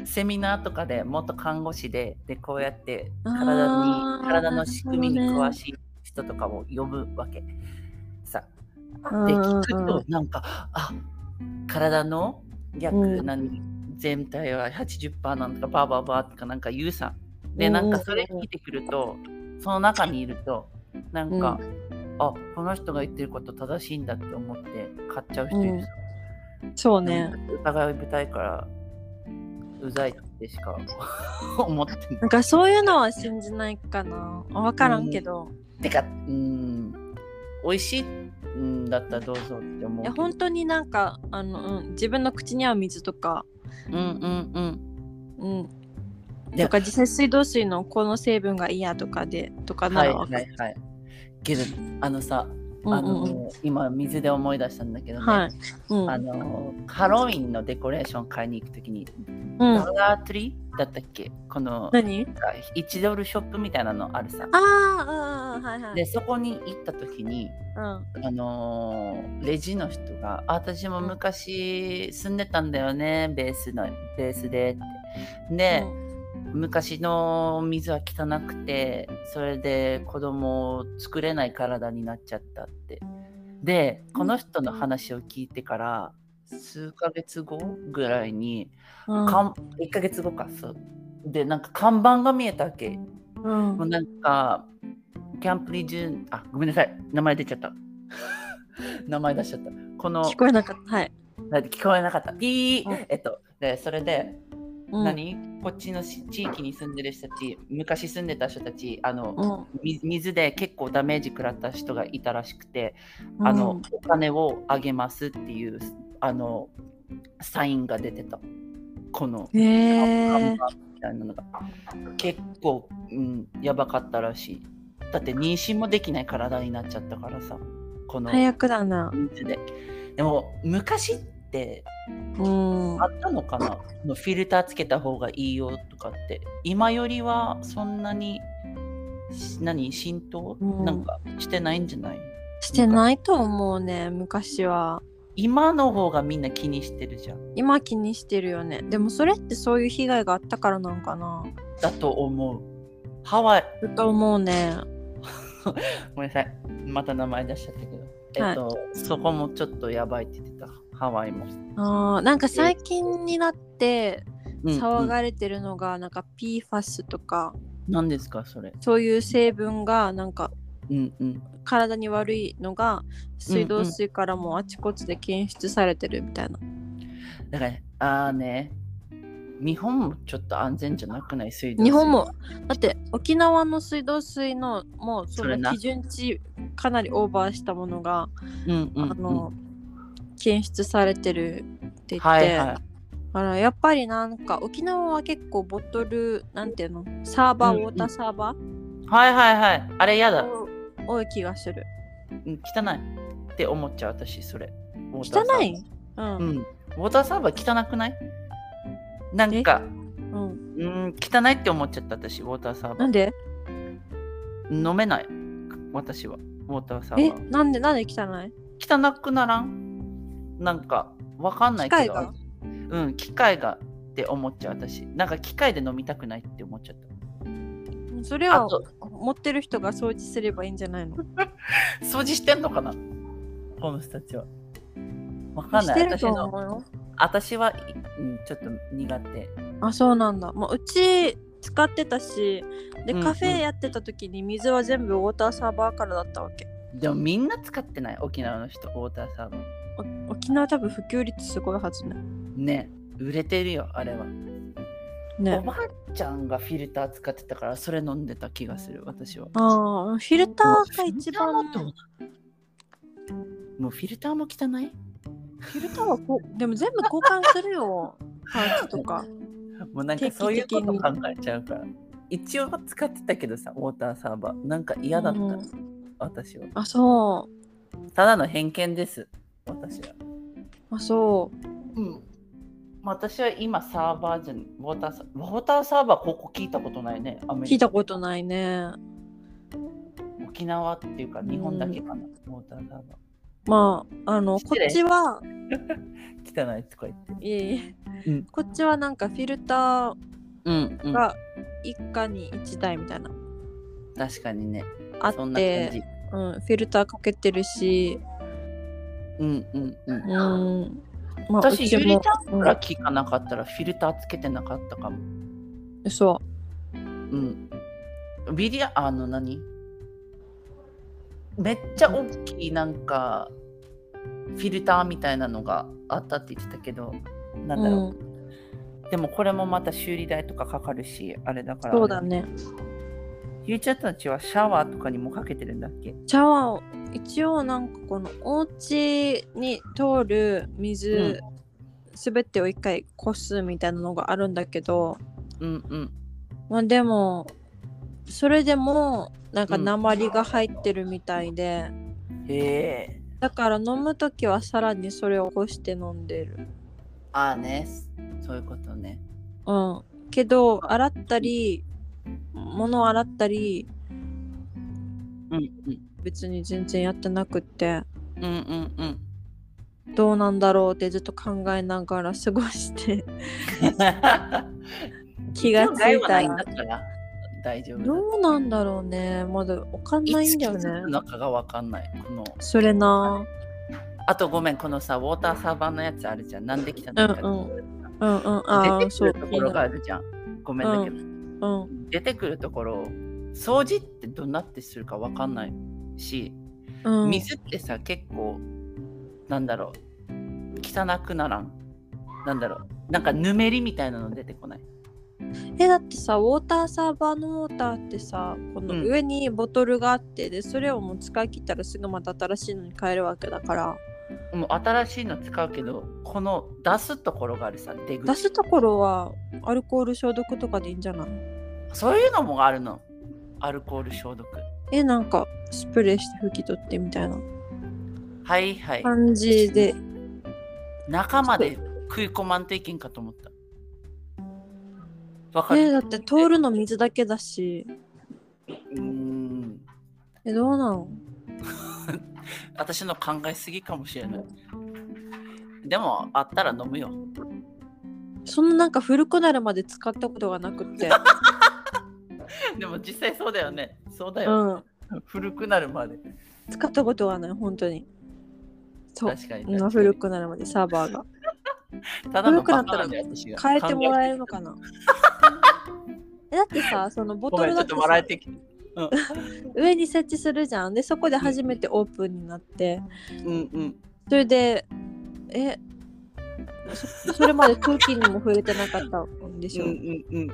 Speaker 2: セミナーとかで元看護師で、で、こうやって
Speaker 1: あー
Speaker 2: 体に、体の仕組みに
Speaker 1: なるほどね
Speaker 2: 詳しい人とかを呼ぶわけ。さ、
Speaker 1: うん
Speaker 2: で
Speaker 1: うん
Speaker 2: 聞く
Speaker 1: う
Speaker 2: と
Speaker 1: ん
Speaker 2: なんかあ体の
Speaker 1: う
Speaker 2: 逆
Speaker 1: ん
Speaker 2: 何、全体は80%なんとかバーバーバーとかなんか言うさんで
Speaker 1: うん
Speaker 2: なんかそれ聞いてくるとその中にいるとなんか、あこの人が言ってること正しいんだって思って買っちゃう人いるさ、
Speaker 1: そうね
Speaker 2: 疑い深いからうざいってしか 思ってない
Speaker 1: なんかそういうのは信じないかな分からんけど、
Speaker 2: てかうん美味しいんだったらどうぞって思う
Speaker 1: い
Speaker 2: け
Speaker 1: や
Speaker 2: ど
Speaker 1: 本当になんかあの、うん、自分の口に合う水とか、
Speaker 2: うんうんうん
Speaker 1: うん、
Speaker 2: いや
Speaker 1: とか実際水道水のこの成分がいいやとかでとかな
Speaker 2: はい
Speaker 1: ら
Speaker 2: は
Speaker 1: 分かる
Speaker 2: いはいけどあのさ
Speaker 1: うん
Speaker 2: あ
Speaker 1: うんうん
Speaker 2: の今水で思い出したんだけどね、
Speaker 1: はいうん
Speaker 2: あのハロウィンのデコレーション買いに行くときに、
Speaker 1: う
Speaker 2: ダ
Speaker 1: ん
Speaker 2: ラートリーだったっけこの
Speaker 1: 何
Speaker 2: 1ドルショップみたいなのあるさ
Speaker 1: ああうんうんうんはいはい
Speaker 2: でそこに行ったときに
Speaker 1: うん
Speaker 2: あのーレジの人が「あ私も昔住んでたんだよねベースのベースで」ってで、昔の水は汚くてそれで子供を作れない体になっちゃったってでこの人の話を聞いてから数ヶ月後ぐらいに、
Speaker 1: うん
Speaker 2: かん1ヶ月後かそうでなんか看板が見えたわけも
Speaker 1: うん
Speaker 2: うなんかキャンプリジュンあごめんなさい名前出ちゃった 名前出しちゃったこの
Speaker 1: 聞こえなかったはい、
Speaker 2: だって聞こえなかったピー、
Speaker 1: うん
Speaker 2: えっとでそれで
Speaker 1: うん、
Speaker 2: 何こっちのし地域に住んでる人たち昔住んでた人たちあの、
Speaker 1: うん
Speaker 2: み水で結構ダメージ食らった人がいたらしくて、あのお金をあげますっていうあのサインが出てたこの
Speaker 1: うん
Speaker 2: 看
Speaker 1: へえ
Speaker 2: 板みたいなのが結構、うん、やばかったらしいだって妊娠もできない体になっちゃったからさこの
Speaker 1: 早くだな
Speaker 2: 水ででも昔って
Speaker 1: うん
Speaker 2: あったのかなのフィルターつけた方がいいよとかって今よりはそんなにし何浸透、
Speaker 1: うん
Speaker 2: なんかしてないんじゃない
Speaker 1: してないと思うね昔は
Speaker 2: 今の方がみんな気にしてるじゃん
Speaker 1: 今気にしてるよねでもそれってそういう被害があったからなんかな
Speaker 2: だと思うハワイ
Speaker 1: ずっと思うね
Speaker 2: ごめんなさいまた名前出しちゃったけど、
Speaker 1: はい
Speaker 2: えっとそこもちょっとやばいって言ってたハワイも、
Speaker 1: あーなんか最近になって
Speaker 2: うん
Speaker 1: 騒
Speaker 2: うん
Speaker 1: がれてるのがなんか PFAS とか
Speaker 2: 何ですかそれ
Speaker 1: そういう成分がなんか
Speaker 2: うんうん
Speaker 1: 体に悪いのが水道水からもあちこちで検出されてるみたいな、
Speaker 2: だからああね日本もちょっと安全じゃなくない水道水
Speaker 1: 日本もだって沖縄の水道水のもうそ
Speaker 2: それな
Speaker 1: の基準値かなりオーバーしたものが、
Speaker 2: うんうんうん、
Speaker 1: あの検出されてるって言って、
Speaker 2: はいはい
Speaker 1: あのやっぱりなんか沖縄は結構ボトルなんていうのサーバ
Speaker 2: う
Speaker 1: ー、
Speaker 2: んうん
Speaker 1: ウォーターサーバ
Speaker 2: はいはいはいあれやだ
Speaker 1: ー多い気がする
Speaker 2: うん汚いって思っちゃう私それウォーターサ
Speaker 1: 汚
Speaker 2: ーバー
Speaker 1: いうん、
Speaker 2: うんウォーターサーバー汚くないなんか
Speaker 1: うん、
Speaker 2: うん汚いって思っちゃった私ウォーターサーバ
Speaker 1: なんで
Speaker 2: ー飲めない私はウォーターサ
Speaker 1: え
Speaker 2: ーバー
Speaker 1: なんでなんで汚い
Speaker 2: 汚くならんなんかわかんないけど
Speaker 1: 機械が
Speaker 2: うん機械がって思っちゃう私なんか機械で飲みたくないって思っちゃった
Speaker 1: それ
Speaker 2: あ
Speaker 1: は
Speaker 2: と
Speaker 1: 持ってる人が掃除すればいいんじゃないの
Speaker 2: 掃除してんのかなこの人たちは。わかんない。
Speaker 1: してる
Speaker 2: 私
Speaker 1: と思
Speaker 2: の
Speaker 1: うよ
Speaker 2: 私は、うん、ちょっと苦手。
Speaker 1: あそうなんだ、まあ、うち使ってたしで
Speaker 2: うん
Speaker 1: カフェやってた時に水は全部ウォーターサーバーからだったわけ
Speaker 2: でもみんな使ってない沖縄の人、ウォーターサーバー。
Speaker 1: お沖縄多分普及率すごいはずね
Speaker 2: ね売れてるよ、あれは。お
Speaker 1: ね
Speaker 2: ばあちゃんがフィルター使ってたから、それ飲んでた気がする、私は。
Speaker 1: ああフィルターが一番
Speaker 2: フィルターもどうなもうフィルターも汚い
Speaker 1: フィルターはこうでも全部交換する よパーツとか
Speaker 2: もうなんかそういうこと考えちゃうから。一応は使ってたけどさ、ウォーターサーバー。なんか嫌だった、
Speaker 1: うん
Speaker 2: 私は。
Speaker 1: あそ
Speaker 2: ただの偏見です、私は。
Speaker 1: うあそう
Speaker 2: うん。私は今サーバーじゃん、ウォーターサーウォーターサーバーここ聞いたことないね。アメ
Speaker 1: 聞い
Speaker 2: リカ
Speaker 1: たことないね
Speaker 2: 沖縄っていうか日本だけかな、ウォーターサー
Speaker 1: まああの
Speaker 2: 失
Speaker 1: こ
Speaker 2: 礼
Speaker 1: っちは
Speaker 2: バー。汚いとか言って。
Speaker 1: いえいえ、
Speaker 2: うん
Speaker 1: こっちはなんかフィルター
Speaker 2: うん、うん。
Speaker 1: が一家に一台みたいな
Speaker 2: 確かにね。
Speaker 1: あ
Speaker 2: そ
Speaker 1: っ
Speaker 2: んな感
Speaker 1: て
Speaker 2: じ。
Speaker 1: うん、フィルターかけてるし、
Speaker 2: うんうんうん。
Speaker 1: うん、ま
Speaker 2: 私、
Speaker 1: う
Speaker 2: ゆ
Speaker 1: ち
Speaker 2: り
Speaker 1: も
Speaker 2: ちゃんから聞かなかったらフィルターつけてなかったかも。
Speaker 1: うんそ
Speaker 2: うん。ビリヤあの何めっちゃ大きいなんかフィルターみたいなのがあったって言ってたけど、な
Speaker 1: う、
Speaker 2: んだろう。
Speaker 1: うん、
Speaker 2: でもこれもまた修理代とかかかるし、あれだから。
Speaker 1: そうだね。
Speaker 2: ゆうちゃんたちはシャワーとかにもかけてるんだっけ
Speaker 1: シャワーを一応なんかこのお家に通る水すべ、全てを一回こすみたいなのがあるんだけど、
Speaker 2: うんうん。
Speaker 1: まあでもそれでもなんか
Speaker 2: うん
Speaker 1: 鉛が入ってるみたいで、
Speaker 2: へえ。
Speaker 1: だから飲むときはさらにそれをこして飲んでる。
Speaker 2: ああね。そういうことね。
Speaker 1: うん。けど洗ったり物を洗ったり
Speaker 2: うん
Speaker 1: 別に全然やってなくって
Speaker 2: うん。うんうんうん。
Speaker 1: どうなんだろうってずっと考えながら過ごして 気がついた
Speaker 2: 一応害はないんだ
Speaker 1: ら
Speaker 2: から大丈夫だ。
Speaker 1: どうなんだろうねまだわかんないんだよ
Speaker 2: いつ気づく
Speaker 1: ね
Speaker 2: のかがわかんない。この
Speaker 1: それな
Speaker 2: あとごめん、このさ、ウォーターサーバーのやつあるじゃん。なんで来たのかって
Speaker 1: うんうんあ
Speaker 2: 出
Speaker 1: あ
Speaker 2: てく
Speaker 1: そう
Speaker 2: るところがあるじゃん。ごめんだけど。
Speaker 1: うん
Speaker 2: 出てくるところを掃除ってどんなってするかわかんないし、
Speaker 1: うん
Speaker 2: 水ってさ結構なんだろう汚くならんなんだろうなんかぬめりみたいなの出てこない
Speaker 1: えだってさウォーターサーバーのウォーターってさこ
Speaker 2: う
Speaker 1: の
Speaker 2: ん
Speaker 1: 上にボトルがあってでそれをもう使い切ったらすぐまた新しいのに変えるわけだから
Speaker 2: もう新しいの使うけどこの出すところがあるさ出口
Speaker 1: 出すところはアルコール消毒とかでいいんじゃない
Speaker 2: そういうのもあるのアルコール消毒
Speaker 1: えなんかスプレーして拭き取ってみたいな
Speaker 2: はいはい
Speaker 1: 感じで
Speaker 2: 中まで食い込まんといけんかと思ったわかる、
Speaker 1: えだって通るの水だけだし
Speaker 2: うーん
Speaker 1: えどうなの
Speaker 2: 私の考えすぎかもしれないでもあったら飲むよ。
Speaker 1: そんななんか古くなるまで使ったことがなくって、
Speaker 2: でも実際そうだよね。 そうだ
Speaker 1: う
Speaker 2: よ。
Speaker 1: ん、
Speaker 2: 古くなるまで。
Speaker 1: 使ったことがない本当にそう
Speaker 2: 確かに確
Speaker 1: うん
Speaker 2: かに
Speaker 1: 古。くなるまでサーバーが
Speaker 2: ただのバカ
Speaker 1: 古くなったら
Speaker 2: なんだよ私が
Speaker 1: 変えてもらえるのかな えだってさそのボ
Speaker 2: ご
Speaker 1: ト
Speaker 2: め
Speaker 1: ル
Speaker 2: んちょ
Speaker 1: だ
Speaker 2: っ
Speaker 1: と
Speaker 2: と
Speaker 1: さ
Speaker 2: 笑えてきて。
Speaker 1: 上に設置するじゃんでそこで初めてオープンになって
Speaker 2: うんうん。
Speaker 1: それでえそそれまで空気にも触れてなかったんでし
Speaker 2: う
Speaker 1: ょ、
Speaker 2: んうんうん。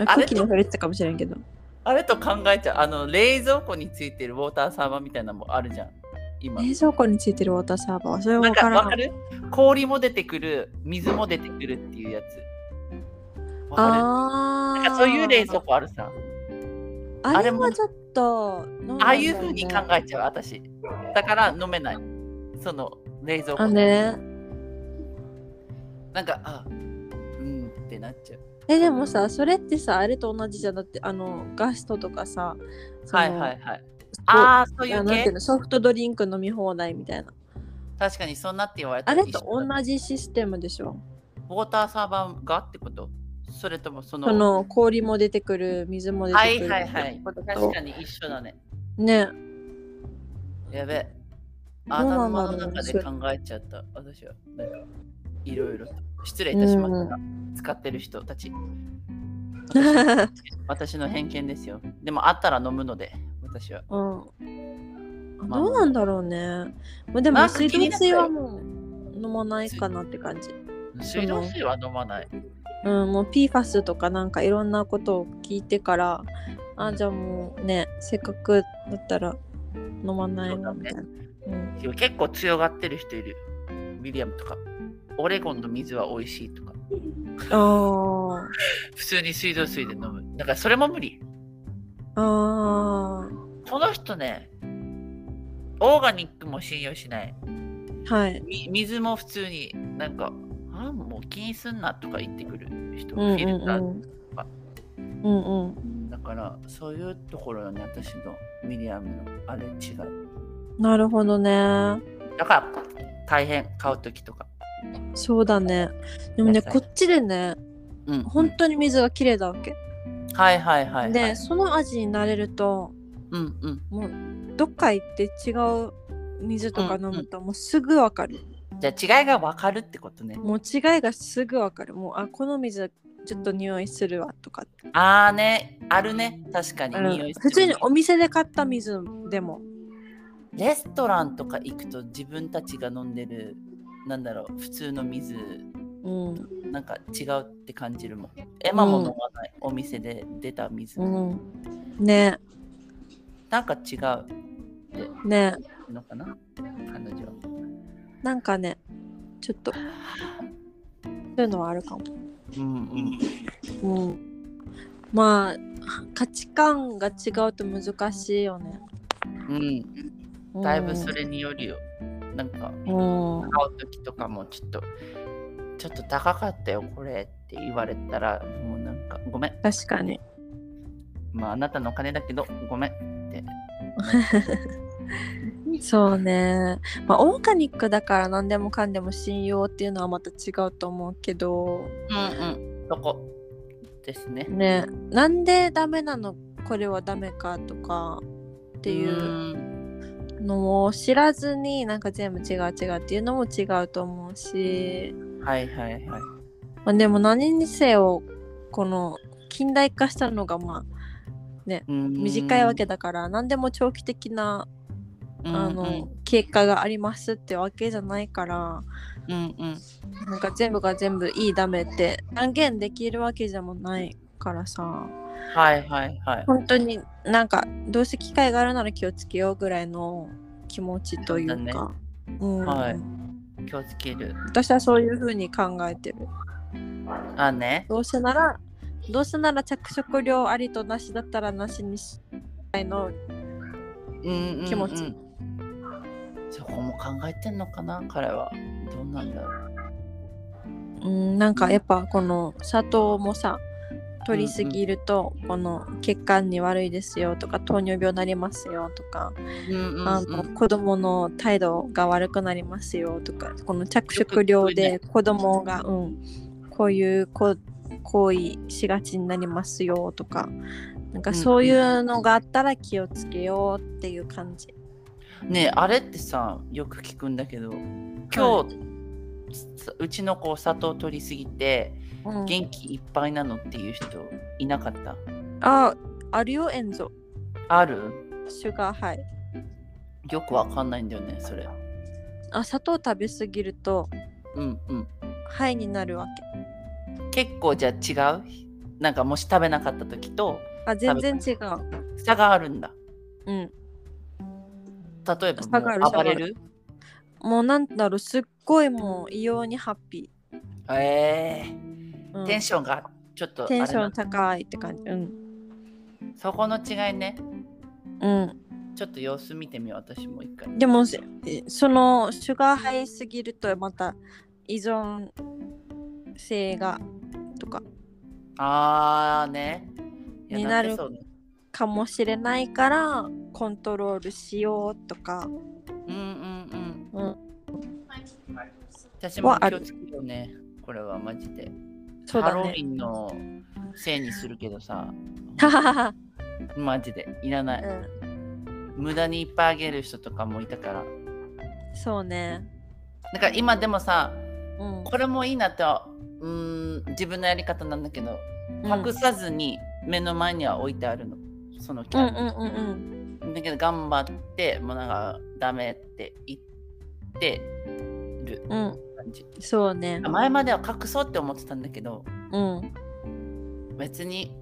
Speaker 1: あ
Speaker 2: あれ
Speaker 1: 空気にも触れてたかもしれんけど
Speaker 2: あれと考えちゃう。あの冷蔵庫についてるウォーターサーバーみたいなのもあるじゃん。今。
Speaker 1: 冷蔵庫についてるウォーターサーバーはそれは
Speaker 2: なん
Speaker 1: 分
Speaker 2: か
Speaker 1: から
Speaker 2: わ
Speaker 1: ん
Speaker 2: かる氷も出てくる、水も出てくるっていうやつ。わかる
Speaker 1: あ
Speaker 2: なん
Speaker 1: ー
Speaker 2: かそういう冷蔵庫あるさ。
Speaker 1: あ
Speaker 2: あ
Speaker 1: れ
Speaker 2: れも
Speaker 1: はちょっと飲んだんだよね、
Speaker 2: ああいうふうに考えちゃう、私。だから飲めない。その冷蔵庫
Speaker 1: あね
Speaker 2: なんか、あうんってなっちゃう。
Speaker 1: えでもさそれってさあれと同じじゃなくてあのガストとかさその
Speaker 2: はいはいはい。
Speaker 1: そう
Speaker 2: ああ、そうい
Speaker 1: あ
Speaker 2: う
Speaker 1: なんてい
Speaker 2: 系
Speaker 1: うのソフトドリンク飲み放題みたいな
Speaker 2: 確かにそんなって言われた
Speaker 1: あ
Speaker 2: ら
Speaker 1: れ
Speaker 2: 一
Speaker 1: と
Speaker 2: 緒だ
Speaker 1: 同じシステムでしょ
Speaker 2: ウォーターサーバーがってことそれともその。
Speaker 1: その氷も出てくる水も出
Speaker 2: は
Speaker 1: て
Speaker 2: い
Speaker 1: くる
Speaker 2: はいはい。確かに一緒だね。
Speaker 1: ね
Speaker 2: やべえ。
Speaker 1: どう
Speaker 2: 頭
Speaker 1: なんだろう
Speaker 2: の中で考えちゃった。私は。なんかいろいろと。失礼いたしました。使ってる人たち。私私の偏見ですよ。でもあったら飲むので、私は。
Speaker 1: うん
Speaker 2: まあ
Speaker 1: どうなんだろうね、まあ、で
Speaker 2: な
Speaker 1: も
Speaker 2: んか
Speaker 1: 水
Speaker 2: 気に
Speaker 1: 道
Speaker 2: なったよ
Speaker 1: 水はもう飲まないかなって感じ
Speaker 2: 水道水は飲まない。
Speaker 1: うんもう PFAS とかなんかいろんなことを聞いてからあじゃあもうねせっかくだったら飲まないなみたいな、うん
Speaker 2: 結構強がってる人いる。ウィリアムとか。オレゴンの水は美味しいとか。
Speaker 1: あ
Speaker 2: 普通に水道水で飲む。だからそれも無理。
Speaker 1: ーあ
Speaker 2: この人ね、オーガニックも信用しない。
Speaker 1: ーはい
Speaker 2: み水も普通になんかあもう気にすんなとか言ってくる人、
Speaker 1: うんうん
Speaker 2: フィルター
Speaker 1: うんうんうん
Speaker 2: だからそういうところに私のミリアムのあれ違う
Speaker 1: なるほどね
Speaker 2: だから大変買う時とか
Speaker 1: そうだねでもね
Speaker 2: 野菜
Speaker 1: こっちでね
Speaker 2: うん
Speaker 1: 本当に水がきれいだわけ、
Speaker 2: はいはいはい、はい、
Speaker 1: でその味になれると
Speaker 2: うんうん
Speaker 1: もうどっか行って違う水とか飲むともうすぐわかる、
Speaker 2: じゃあ違いが分かるってことね
Speaker 1: もう違いがすぐわかるもうあこの水ちょっと匂いするわとかって
Speaker 2: ああねあるね確かに
Speaker 1: あの
Speaker 2: 匂いする
Speaker 1: 普通にお店で買った水でも
Speaker 2: レストランとか行くと自分たちが飲んでるなんだろう普通の水
Speaker 1: うん
Speaker 2: なんか違うって感じるもんエマも飲まない、お店で出た水、
Speaker 1: うんね
Speaker 2: なんか違う
Speaker 1: ね
Speaker 2: のかな彼女は。
Speaker 1: なんかねちょっとそういうのはあるかも
Speaker 2: うんうん。
Speaker 1: うん、まあ価値観が違うと難しいよね。
Speaker 2: うん。
Speaker 1: うん
Speaker 2: だいぶそれによるよ。なんか、
Speaker 1: うん、
Speaker 2: 買う時とかもちょっと、ちょっと高かったよ、これって言われたら、もうなんか、ごめん。
Speaker 1: 確かに。
Speaker 2: まあ、あなたのお金だけど、ごめん。
Speaker 1: そうね。まあオーガニックだから何でもかんでも信用っていうのはまた違うと思うけ
Speaker 2: う
Speaker 1: ど
Speaker 2: んうん。そこですね。
Speaker 1: ねなんでダメなのこれはダメかとかっていう
Speaker 2: うん。
Speaker 1: のを知らずになんか全部違う違うっていうのも違うと思うし、
Speaker 2: はいはいはい。
Speaker 1: まあ、でも何にせよこの近代化したのがまあ
Speaker 2: うん
Speaker 1: 短いわけだから何でも長期的な
Speaker 2: うん
Speaker 1: あの結果がありますってわけじゃないから
Speaker 2: うんうん。
Speaker 1: なんか全部が全部いいダメって断言できるわけじゃもないからさ
Speaker 2: はいはいはい。
Speaker 1: 本当になんかどうせ機会があるなら気をつけようぐらいの気持ちという
Speaker 2: そ
Speaker 1: かうん
Speaker 2: はい気をつける。
Speaker 1: 私はそういうふうに考えてる
Speaker 2: あね。
Speaker 1: どうせならどうせなら着色料ありとなしだったらなしにし
Speaker 2: うんうんうん
Speaker 1: 気持ち
Speaker 2: そこも考えてんのかな彼はどうなんだろう
Speaker 1: うんなんかやっぱこの砂糖もさ取りすぎると、この血管に悪いですよとか糖尿病になりますよとか、あの子供の態度が悪くなりますよとかこの着色料で子供が、うん、こういうこ行為しがちになりますよとかなんかそういうのがあったら気をつけようっていう感じ。
Speaker 2: ねえあれってさよく聞くんだけど今日、さうちの子砂糖取りすぎて
Speaker 1: うん
Speaker 2: 元気いっぱいなのっていう人いなかった
Speaker 1: ああるよエンゾ
Speaker 2: ある
Speaker 1: シュガーハイ。
Speaker 2: よくわかんないんだよねそれ
Speaker 1: あ砂糖食べ過ぎると
Speaker 2: うんうん
Speaker 1: ハイになるわけ。
Speaker 2: 結構じゃあ違うなんかもし食べなかった時と
Speaker 1: あ全然違う。
Speaker 2: 差があるんだ
Speaker 1: うん
Speaker 2: 例えば
Speaker 1: 差がある
Speaker 2: もう暴れる
Speaker 1: もうなんだろうすっごいもう異様にハッピ
Speaker 2: ええ
Speaker 1: ー、うん
Speaker 2: テンションがちょっとあれ
Speaker 1: テ
Speaker 2: な
Speaker 1: ンション高いって感じうん
Speaker 2: そこの違いね
Speaker 1: う
Speaker 2: ちょっと様子見てみよう私も一回
Speaker 1: んでもせそのシュガーハイすぎるとまた依存性がとか
Speaker 2: あーねいや
Speaker 1: になる
Speaker 2: んかそうね
Speaker 1: かもしれないからコントロールしようと か
Speaker 2: うんうん
Speaker 1: う
Speaker 2: うんん私も
Speaker 1: はあ
Speaker 2: 気を
Speaker 1: る
Speaker 2: つけようねこれはマジで
Speaker 1: そう
Speaker 2: ハ
Speaker 1: だ
Speaker 2: ロウ
Speaker 1: ね
Speaker 2: ィンのせいにするけど さ
Speaker 1: う
Speaker 2: マジでいらない
Speaker 1: ん
Speaker 2: 無駄にいっぱいあげる人とかもいたから
Speaker 1: そうね
Speaker 2: だから今でもさ
Speaker 1: うん
Speaker 2: これもいいなってうーん自分のやり方なんだけど
Speaker 1: うん
Speaker 2: 隠さずに目の前には置いてあるのそのキ
Speaker 1: うん
Speaker 2: ャン
Speaker 1: う
Speaker 2: ディー
Speaker 1: んうんうん
Speaker 2: だけど頑張ってもうなんかダメって言ってる
Speaker 1: うん
Speaker 2: 感じ、
Speaker 1: そうね
Speaker 2: 前までは隠そうって思ってたんだけど
Speaker 1: うん
Speaker 2: 別に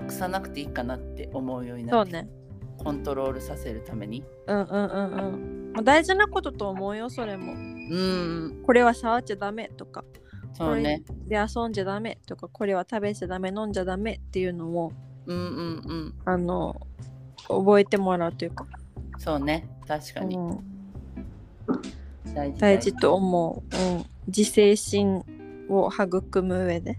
Speaker 2: 隠さなくていいかなって思うようにな
Speaker 1: そう
Speaker 2: って、
Speaker 1: ね
Speaker 2: コントロールさせるために
Speaker 1: うんうんうんうんまあ大事なことと思うよそれ
Speaker 2: う
Speaker 1: も
Speaker 2: ん
Speaker 1: これは触っちゃダメとか
Speaker 2: そうね
Speaker 1: で遊んじゃダメとかこれは食べちゃダメ飲んじゃダメっていうのを
Speaker 2: うんうんうん
Speaker 1: あの覚えてもらうというか、
Speaker 2: そうね確か
Speaker 1: う
Speaker 2: に、
Speaker 1: ん、
Speaker 2: 大事
Speaker 1: 大事と思う、うん、自制心を育む上で、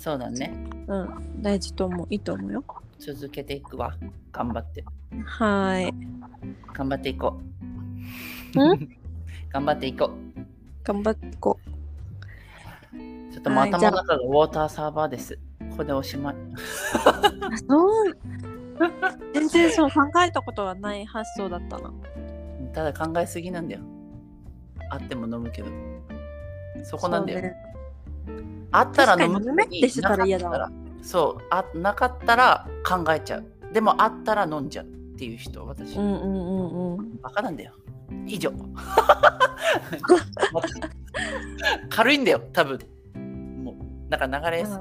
Speaker 2: そうだね
Speaker 1: うん、大事と思ういいと思うよ
Speaker 2: 続けていくわ頑張って
Speaker 1: はーい
Speaker 2: 頑張っていこう 頑張っていこう
Speaker 1: 頑張ってこ
Speaker 2: ちょっともう
Speaker 1: はい
Speaker 2: 頭の中がウォーターサーバーですここでおしまいう
Speaker 1: あ そう全然そう考えたことはない発想だったな
Speaker 2: ただ考えすぎなんだよあっても飲むけどそこなんだよ、
Speaker 1: そうね
Speaker 2: あったら飲む
Speaker 1: 確かに飲めってしてたら嫌だわ
Speaker 2: なかったらそうあなかったら考えちゃうでもあったら飲んじゃうっていう人私、
Speaker 1: うんうんうんうん
Speaker 2: バカなんだよ以 上軽いんだよ多分もうなんか流れやす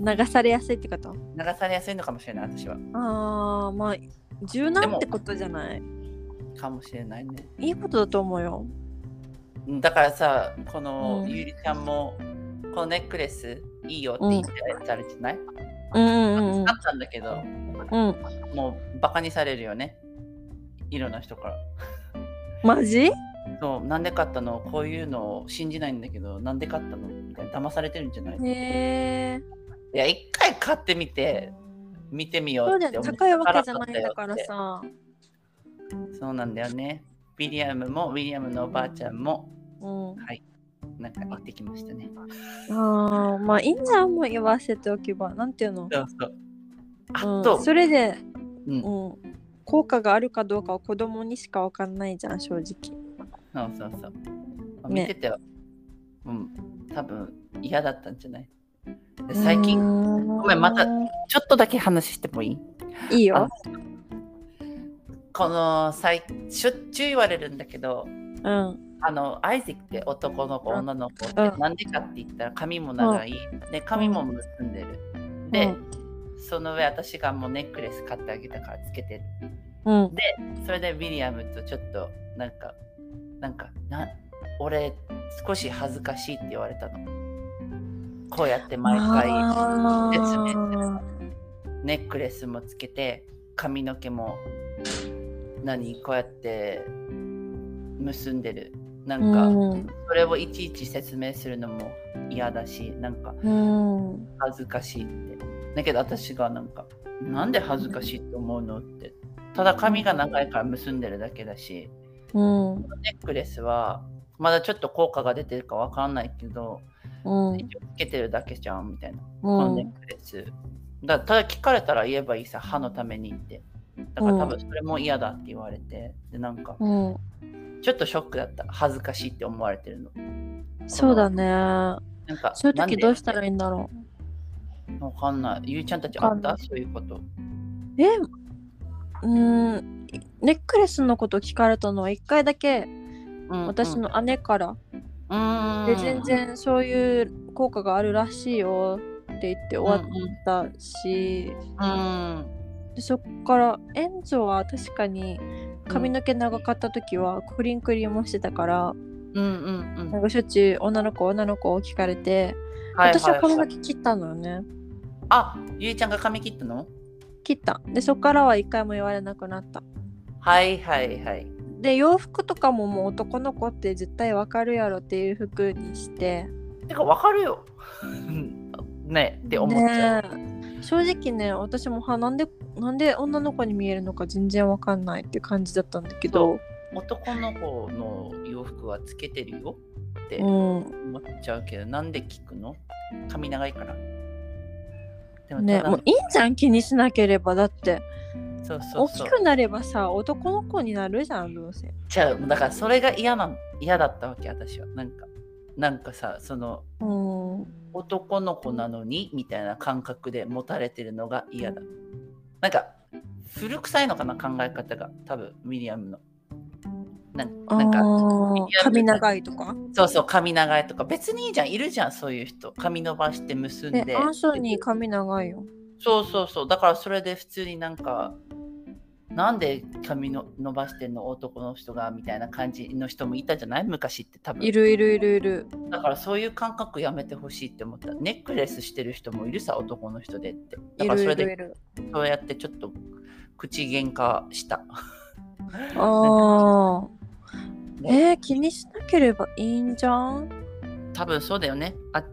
Speaker 2: い
Speaker 1: 流されやすいってこと
Speaker 2: 流されやすいのかもしれない私は
Speaker 1: ああまあ柔
Speaker 2: で
Speaker 1: 軟
Speaker 2: も
Speaker 1: ってことじゃない
Speaker 2: かもしれないね
Speaker 1: いいことだと思うよ
Speaker 2: うんだからさこの、
Speaker 1: うん
Speaker 2: ゆりちゃんもこのネックレスいいよって言ってたじゃない、
Speaker 1: うんうんうん
Speaker 2: あったんだけど、
Speaker 1: うん
Speaker 2: もうバカにされるよね。いろんな人から。
Speaker 1: マジ
Speaker 2: そう、なんで買ったのこういうのを信じないんだけど、なんで買ったのみたいな騙されてるんじゃない
Speaker 1: へえ
Speaker 2: いや、一回買ってみて、見てみよ
Speaker 1: そううだ
Speaker 2: っ
Speaker 1: よ
Speaker 2: て
Speaker 1: ね
Speaker 2: 思
Speaker 1: 高いわけじゃないん
Speaker 2: よ
Speaker 1: だから
Speaker 2: って
Speaker 1: さ
Speaker 2: そうなんだよね。ウィリアムもウィリアムのおばあちゃんも、
Speaker 1: うん
Speaker 2: はい、なんか言ってきましたね。
Speaker 1: あーまあいいんじゃんもう言わせておけばなんていうの、
Speaker 2: そうそう。あ
Speaker 1: う
Speaker 2: と
Speaker 1: ん、、それで、
Speaker 2: うん
Speaker 1: う、
Speaker 2: そうん
Speaker 1: 効果があるかどうかは子供にしかわかんないじゃん正直
Speaker 2: そうそう。まあ
Speaker 1: ね
Speaker 2: 見てて、うん、多分嫌だったんじゃないで最近、
Speaker 1: ご
Speaker 2: ごめんまたちょっとだけ話してもいい
Speaker 1: いいよ
Speaker 2: この最しょっちゅう言われるんだけど
Speaker 1: うん
Speaker 2: あのアイゼックって男の子
Speaker 1: うん
Speaker 2: 女の子って
Speaker 1: うん
Speaker 2: なんでかって言ったら髪も長い、で髪も結んでる、で、その上私がもうネックレス買ってあげたからつけてる
Speaker 1: うん
Speaker 2: それでウィリアムとちょっとなんかなんかな俺少し恥ずかしいって言われたのこうやって毎回
Speaker 1: あー
Speaker 2: 説明すネックレスもつけて髪の毛も何こうやって結んでるなんか、
Speaker 1: うん
Speaker 2: それをいちいち説明するのも嫌だしなんか
Speaker 1: うん
Speaker 2: 恥ずかしいってだけど私がなんかなんで恥ずかしいと思うのってただ髪が長いから結んでるだけだし
Speaker 1: うん
Speaker 2: ネックレスはまだちょっと効果が出てるかわからないけど
Speaker 1: うん
Speaker 2: 一応つけてるだけじゃんみたいなこの
Speaker 1: う
Speaker 2: ネ
Speaker 1: ん
Speaker 2: ックレスだただ聞かれたら言えばいいさ歯のためにってだから多分それも嫌だって言われてでなんか
Speaker 1: うん
Speaker 2: ちょっとショックだった恥ずかしいって思われてるの
Speaker 1: そうだね
Speaker 2: なんか
Speaker 1: そういう時どうした
Speaker 2: い
Speaker 1: らいいんだろ
Speaker 2: わかんない。ゆいちゃんたちあ
Speaker 1: わか
Speaker 2: っ
Speaker 1: んな
Speaker 2: た
Speaker 1: い
Speaker 2: そういうこと。
Speaker 1: うえうんネックレスのこと聞かれたのは一回だけ私の姉から、
Speaker 2: うん、
Speaker 1: で全然そういう効果があるらしいよって言って終わったし、
Speaker 2: うん
Speaker 1: でそっからエンゾは確かに髪の毛長かった時はクリンクリンもしてたから、
Speaker 2: うんうんうん
Speaker 1: なんかしょっちゅう女の子女の子を聞かれて、
Speaker 2: はい
Speaker 1: 私は髪
Speaker 2: い
Speaker 1: の
Speaker 2: い
Speaker 1: 毛切ったのよね
Speaker 2: あゆいちゃんが髪切ったの
Speaker 1: 切ったでそっからは一回も言われなくなった
Speaker 2: はいはいはい。
Speaker 1: で洋服とかももう男の子って絶対わかるやろっていう服にして
Speaker 2: てかわかるよ。 ねって思っちゃう。
Speaker 1: ねえ正直ね私もはなんでなんで女の子に見えるのか全然わかんないって感じだったんだけど
Speaker 2: 男の子の洋服はつけてるよって
Speaker 1: う、
Speaker 2: 思
Speaker 1: ん、
Speaker 2: っちゃうけど、なんで聞くの髪長いから。で
Speaker 1: ね
Speaker 2: ただ
Speaker 1: もういいじゃん気にしなければだって
Speaker 2: そうそうそう
Speaker 1: 大きくなればさ男の子になるじゃんどうせ
Speaker 2: ちゃうだからそれが嫌なの嫌だったわけ私はなんかなんかさその
Speaker 1: うん
Speaker 2: 男の子なのにみたいな感覚で持たれてるのが嫌だなんか古臭いのかな考え方が多分ウィリアムのなんなん
Speaker 1: あ
Speaker 2: か
Speaker 1: ー髪長いとか
Speaker 2: そうそう髪長いとか別にいいじゃんいるじゃんそういう人髪伸ばして結んで
Speaker 1: ねアンソニー髪長いよ
Speaker 2: そうそうそうだからそれで普通になんかなんで髪の伸ばしてんの男の人がみたいな感じの人もいたじゃない昔って多分
Speaker 1: いるいるいるいる
Speaker 2: だからそういう感覚やめてほしいって思った。ネックレスしてる人もいるさ、男の人でって。だ
Speaker 1: い
Speaker 2: から
Speaker 1: る
Speaker 2: それ
Speaker 1: いる
Speaker 2: で
Speaker 1: いる
Speaker 2: そうやってちょっと口喧嘩した。
Speaker 1: あー
Speaker 2: ね
Speaker 1: えー、気にしなければいいんじゃん
Speaker 2: 多分そうだよねあ。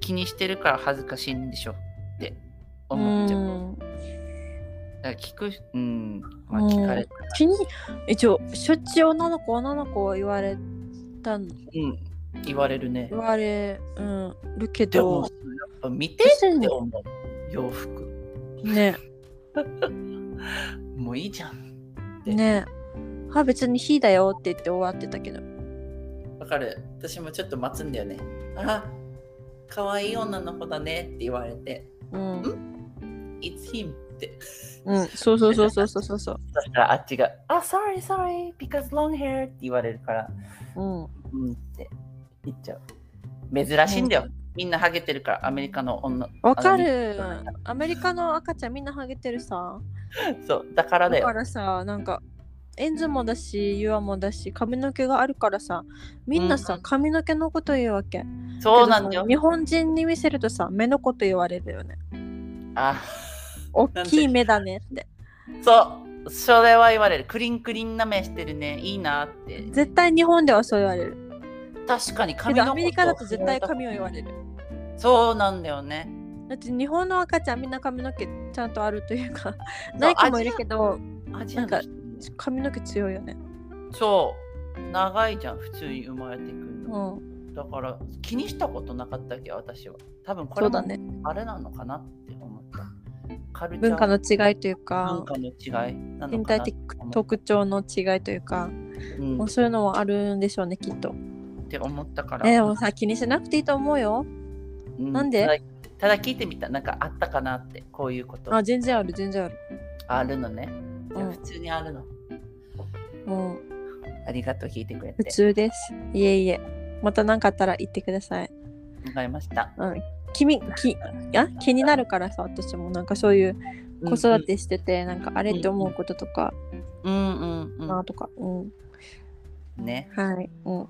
Speaker 2: 気にしてるから恥ずかしいんでしょって
Speaker 1: う
Speaker 2: 思っちゃう。
Speaker 1: ん
Speaker 2: だから聞く、うん、まあ
Speaker 1: うん
Speaker 2: 聞かれた。
Speaker 1: 気に一応しょっちゅう女の子女の子言われた
Speaker 2: う
Speaker 1: ん
Speaker 2: ん、言われるね
Speaker 1: 言。われ、うん、るけ
Speaker 2: でも、や
Speaker 1: ど
Speaker 2: っぱ見てって思う。洋服。
Speaker 1: ね
Speaker 2: もういいじゃん。で
Speaker 1: ねは別に「火だよ」って言って終わってたけど
Speaker 2: わかる。私もちょっと待つんだよね。あ、可愛い女の子だねって言われて。
Speaker 1: うん、
Speaker 2: It's him って。
Speaker 1: うん、そうそうそうそうそうそうそう
Speaker 2: そしたらあっちが、あ、sorry, sorry, because long hair って言われるから、
Speaker 1: うん
Speaker 2: うんって言っちゃう。珍しいんだよ。みんなハゲてるから、アメリカの女。
Speaker 1: わか
Speaker 2: あ
Speaker 1: る
Speaker 2: のみんな
Speaker 1: アメリカの赤ちゃんみんなハゲてるさ
Speaker 2: そう、だからだ
Speaker 1: だ
Speaker 2: よ
Speaker 1: か。らさなんかエンズもだしユアもだし髪の毛があるからさみんなさ、
Speaker 2: うん
Speaker 1: 髪の毛のこと言うわけ
Speaker 2: そうなんだ
Speaker 1: けどさ
Speaker 2: よ。
Speaker 1: 日本人に見せるとさ目のこと言われるよね
Speaker 2: あ、
Speaker 1: 大きい目だねって
Speaker 2: そう、それは言われる。クリンクリンな目してるね。いいなって。
Speaker 1: 絶対日本ではそう言われる
Speaker 2: 確かに
Speaker 1: け
Speaker 2: 髪
Speaker 1: ど
Speaker 2: の
Speaker 1: アメリカだと絶対
Speaker 2: 髪。
Speaker 1: 髪を言われる
Speaker 2: そうなんだよね。
Speaker 1: だって日本の赤ちゃんみんな髪の毛ちゃんとあるというか
Speaker 2: そう
Speaker 1: ない子もいるけど
Speaker 2: アジアの
Speaker 1: なんか
Speaker 2: 人
Speaker 1: 髪の毛強いよね
Speaker 2: そう、長いじゃん。普通に生まれてくる
Speaker 1: う
Speaker 2: の。
Speaker 1: ん
Speaker 2: だから、気にしたことなかったっけ、私は。多分こ
Speaker 1: そ
Speaker 2: れ
Speaker 1: うだ
Speaker 2: も
Speaker 1: ね
Speaker 2: あれなのかなって思った。カルチャー
Speaker 1: 文化の違いという
Speaker 2: 文
Speaker 1: か
Speaker 2: 化の違いなのかな
Speaker 1: 身体的特徴の違いというか、
Speaker 2: うん
Speaker 1: もう
Speaker 2: っ
Speaker 1: そういうのはあるんでしょうねきっと
Speaker 2: て思ったから。
Speaker 1: えでもさ気にしなくていいと思うよ
Speaker 2: う
Speaker 1: なんで
Speaker 2: ただただ聞いてみた。なんかあったかなって、こういうこと。
Speaker 1: あ全然ある全然ある
Speaker 2: あるのね。いや
Speaker 1: うん
Speaker 2: 普通にあるの。
Speaker 1: もう
Speaker 2: ありがとう、聞いてくれ
Speaker 1: 普
Speaker 2: て。
Speaker 1: 通ですいえいえまた何かあったら言ってください
Speaker 2: わかりました。
Speaker 1: うん君きあ気になるからさ私もなんかそういう子育てしてて、なんかあれって思うこととか
Speaker 2: うんうんうん
Speaker 1: なとかうん
Speaker 2: うん。ね。
Speaker 1: はい、うん、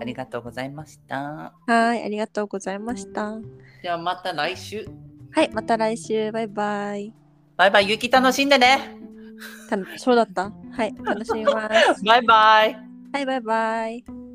Speaker 2: ありがとうございました。
Speaker 1: はいありがとうございましたは
Speaker 2: ではまた来週。
Speaker 1: いまた来週バイバイ
Speaker 2: バイバイ、雪楽しんでね。
Speaker 1: たそうだったはい楽しみます
Speaker 2: バイバイ。
Speaker 1: はいバイバイ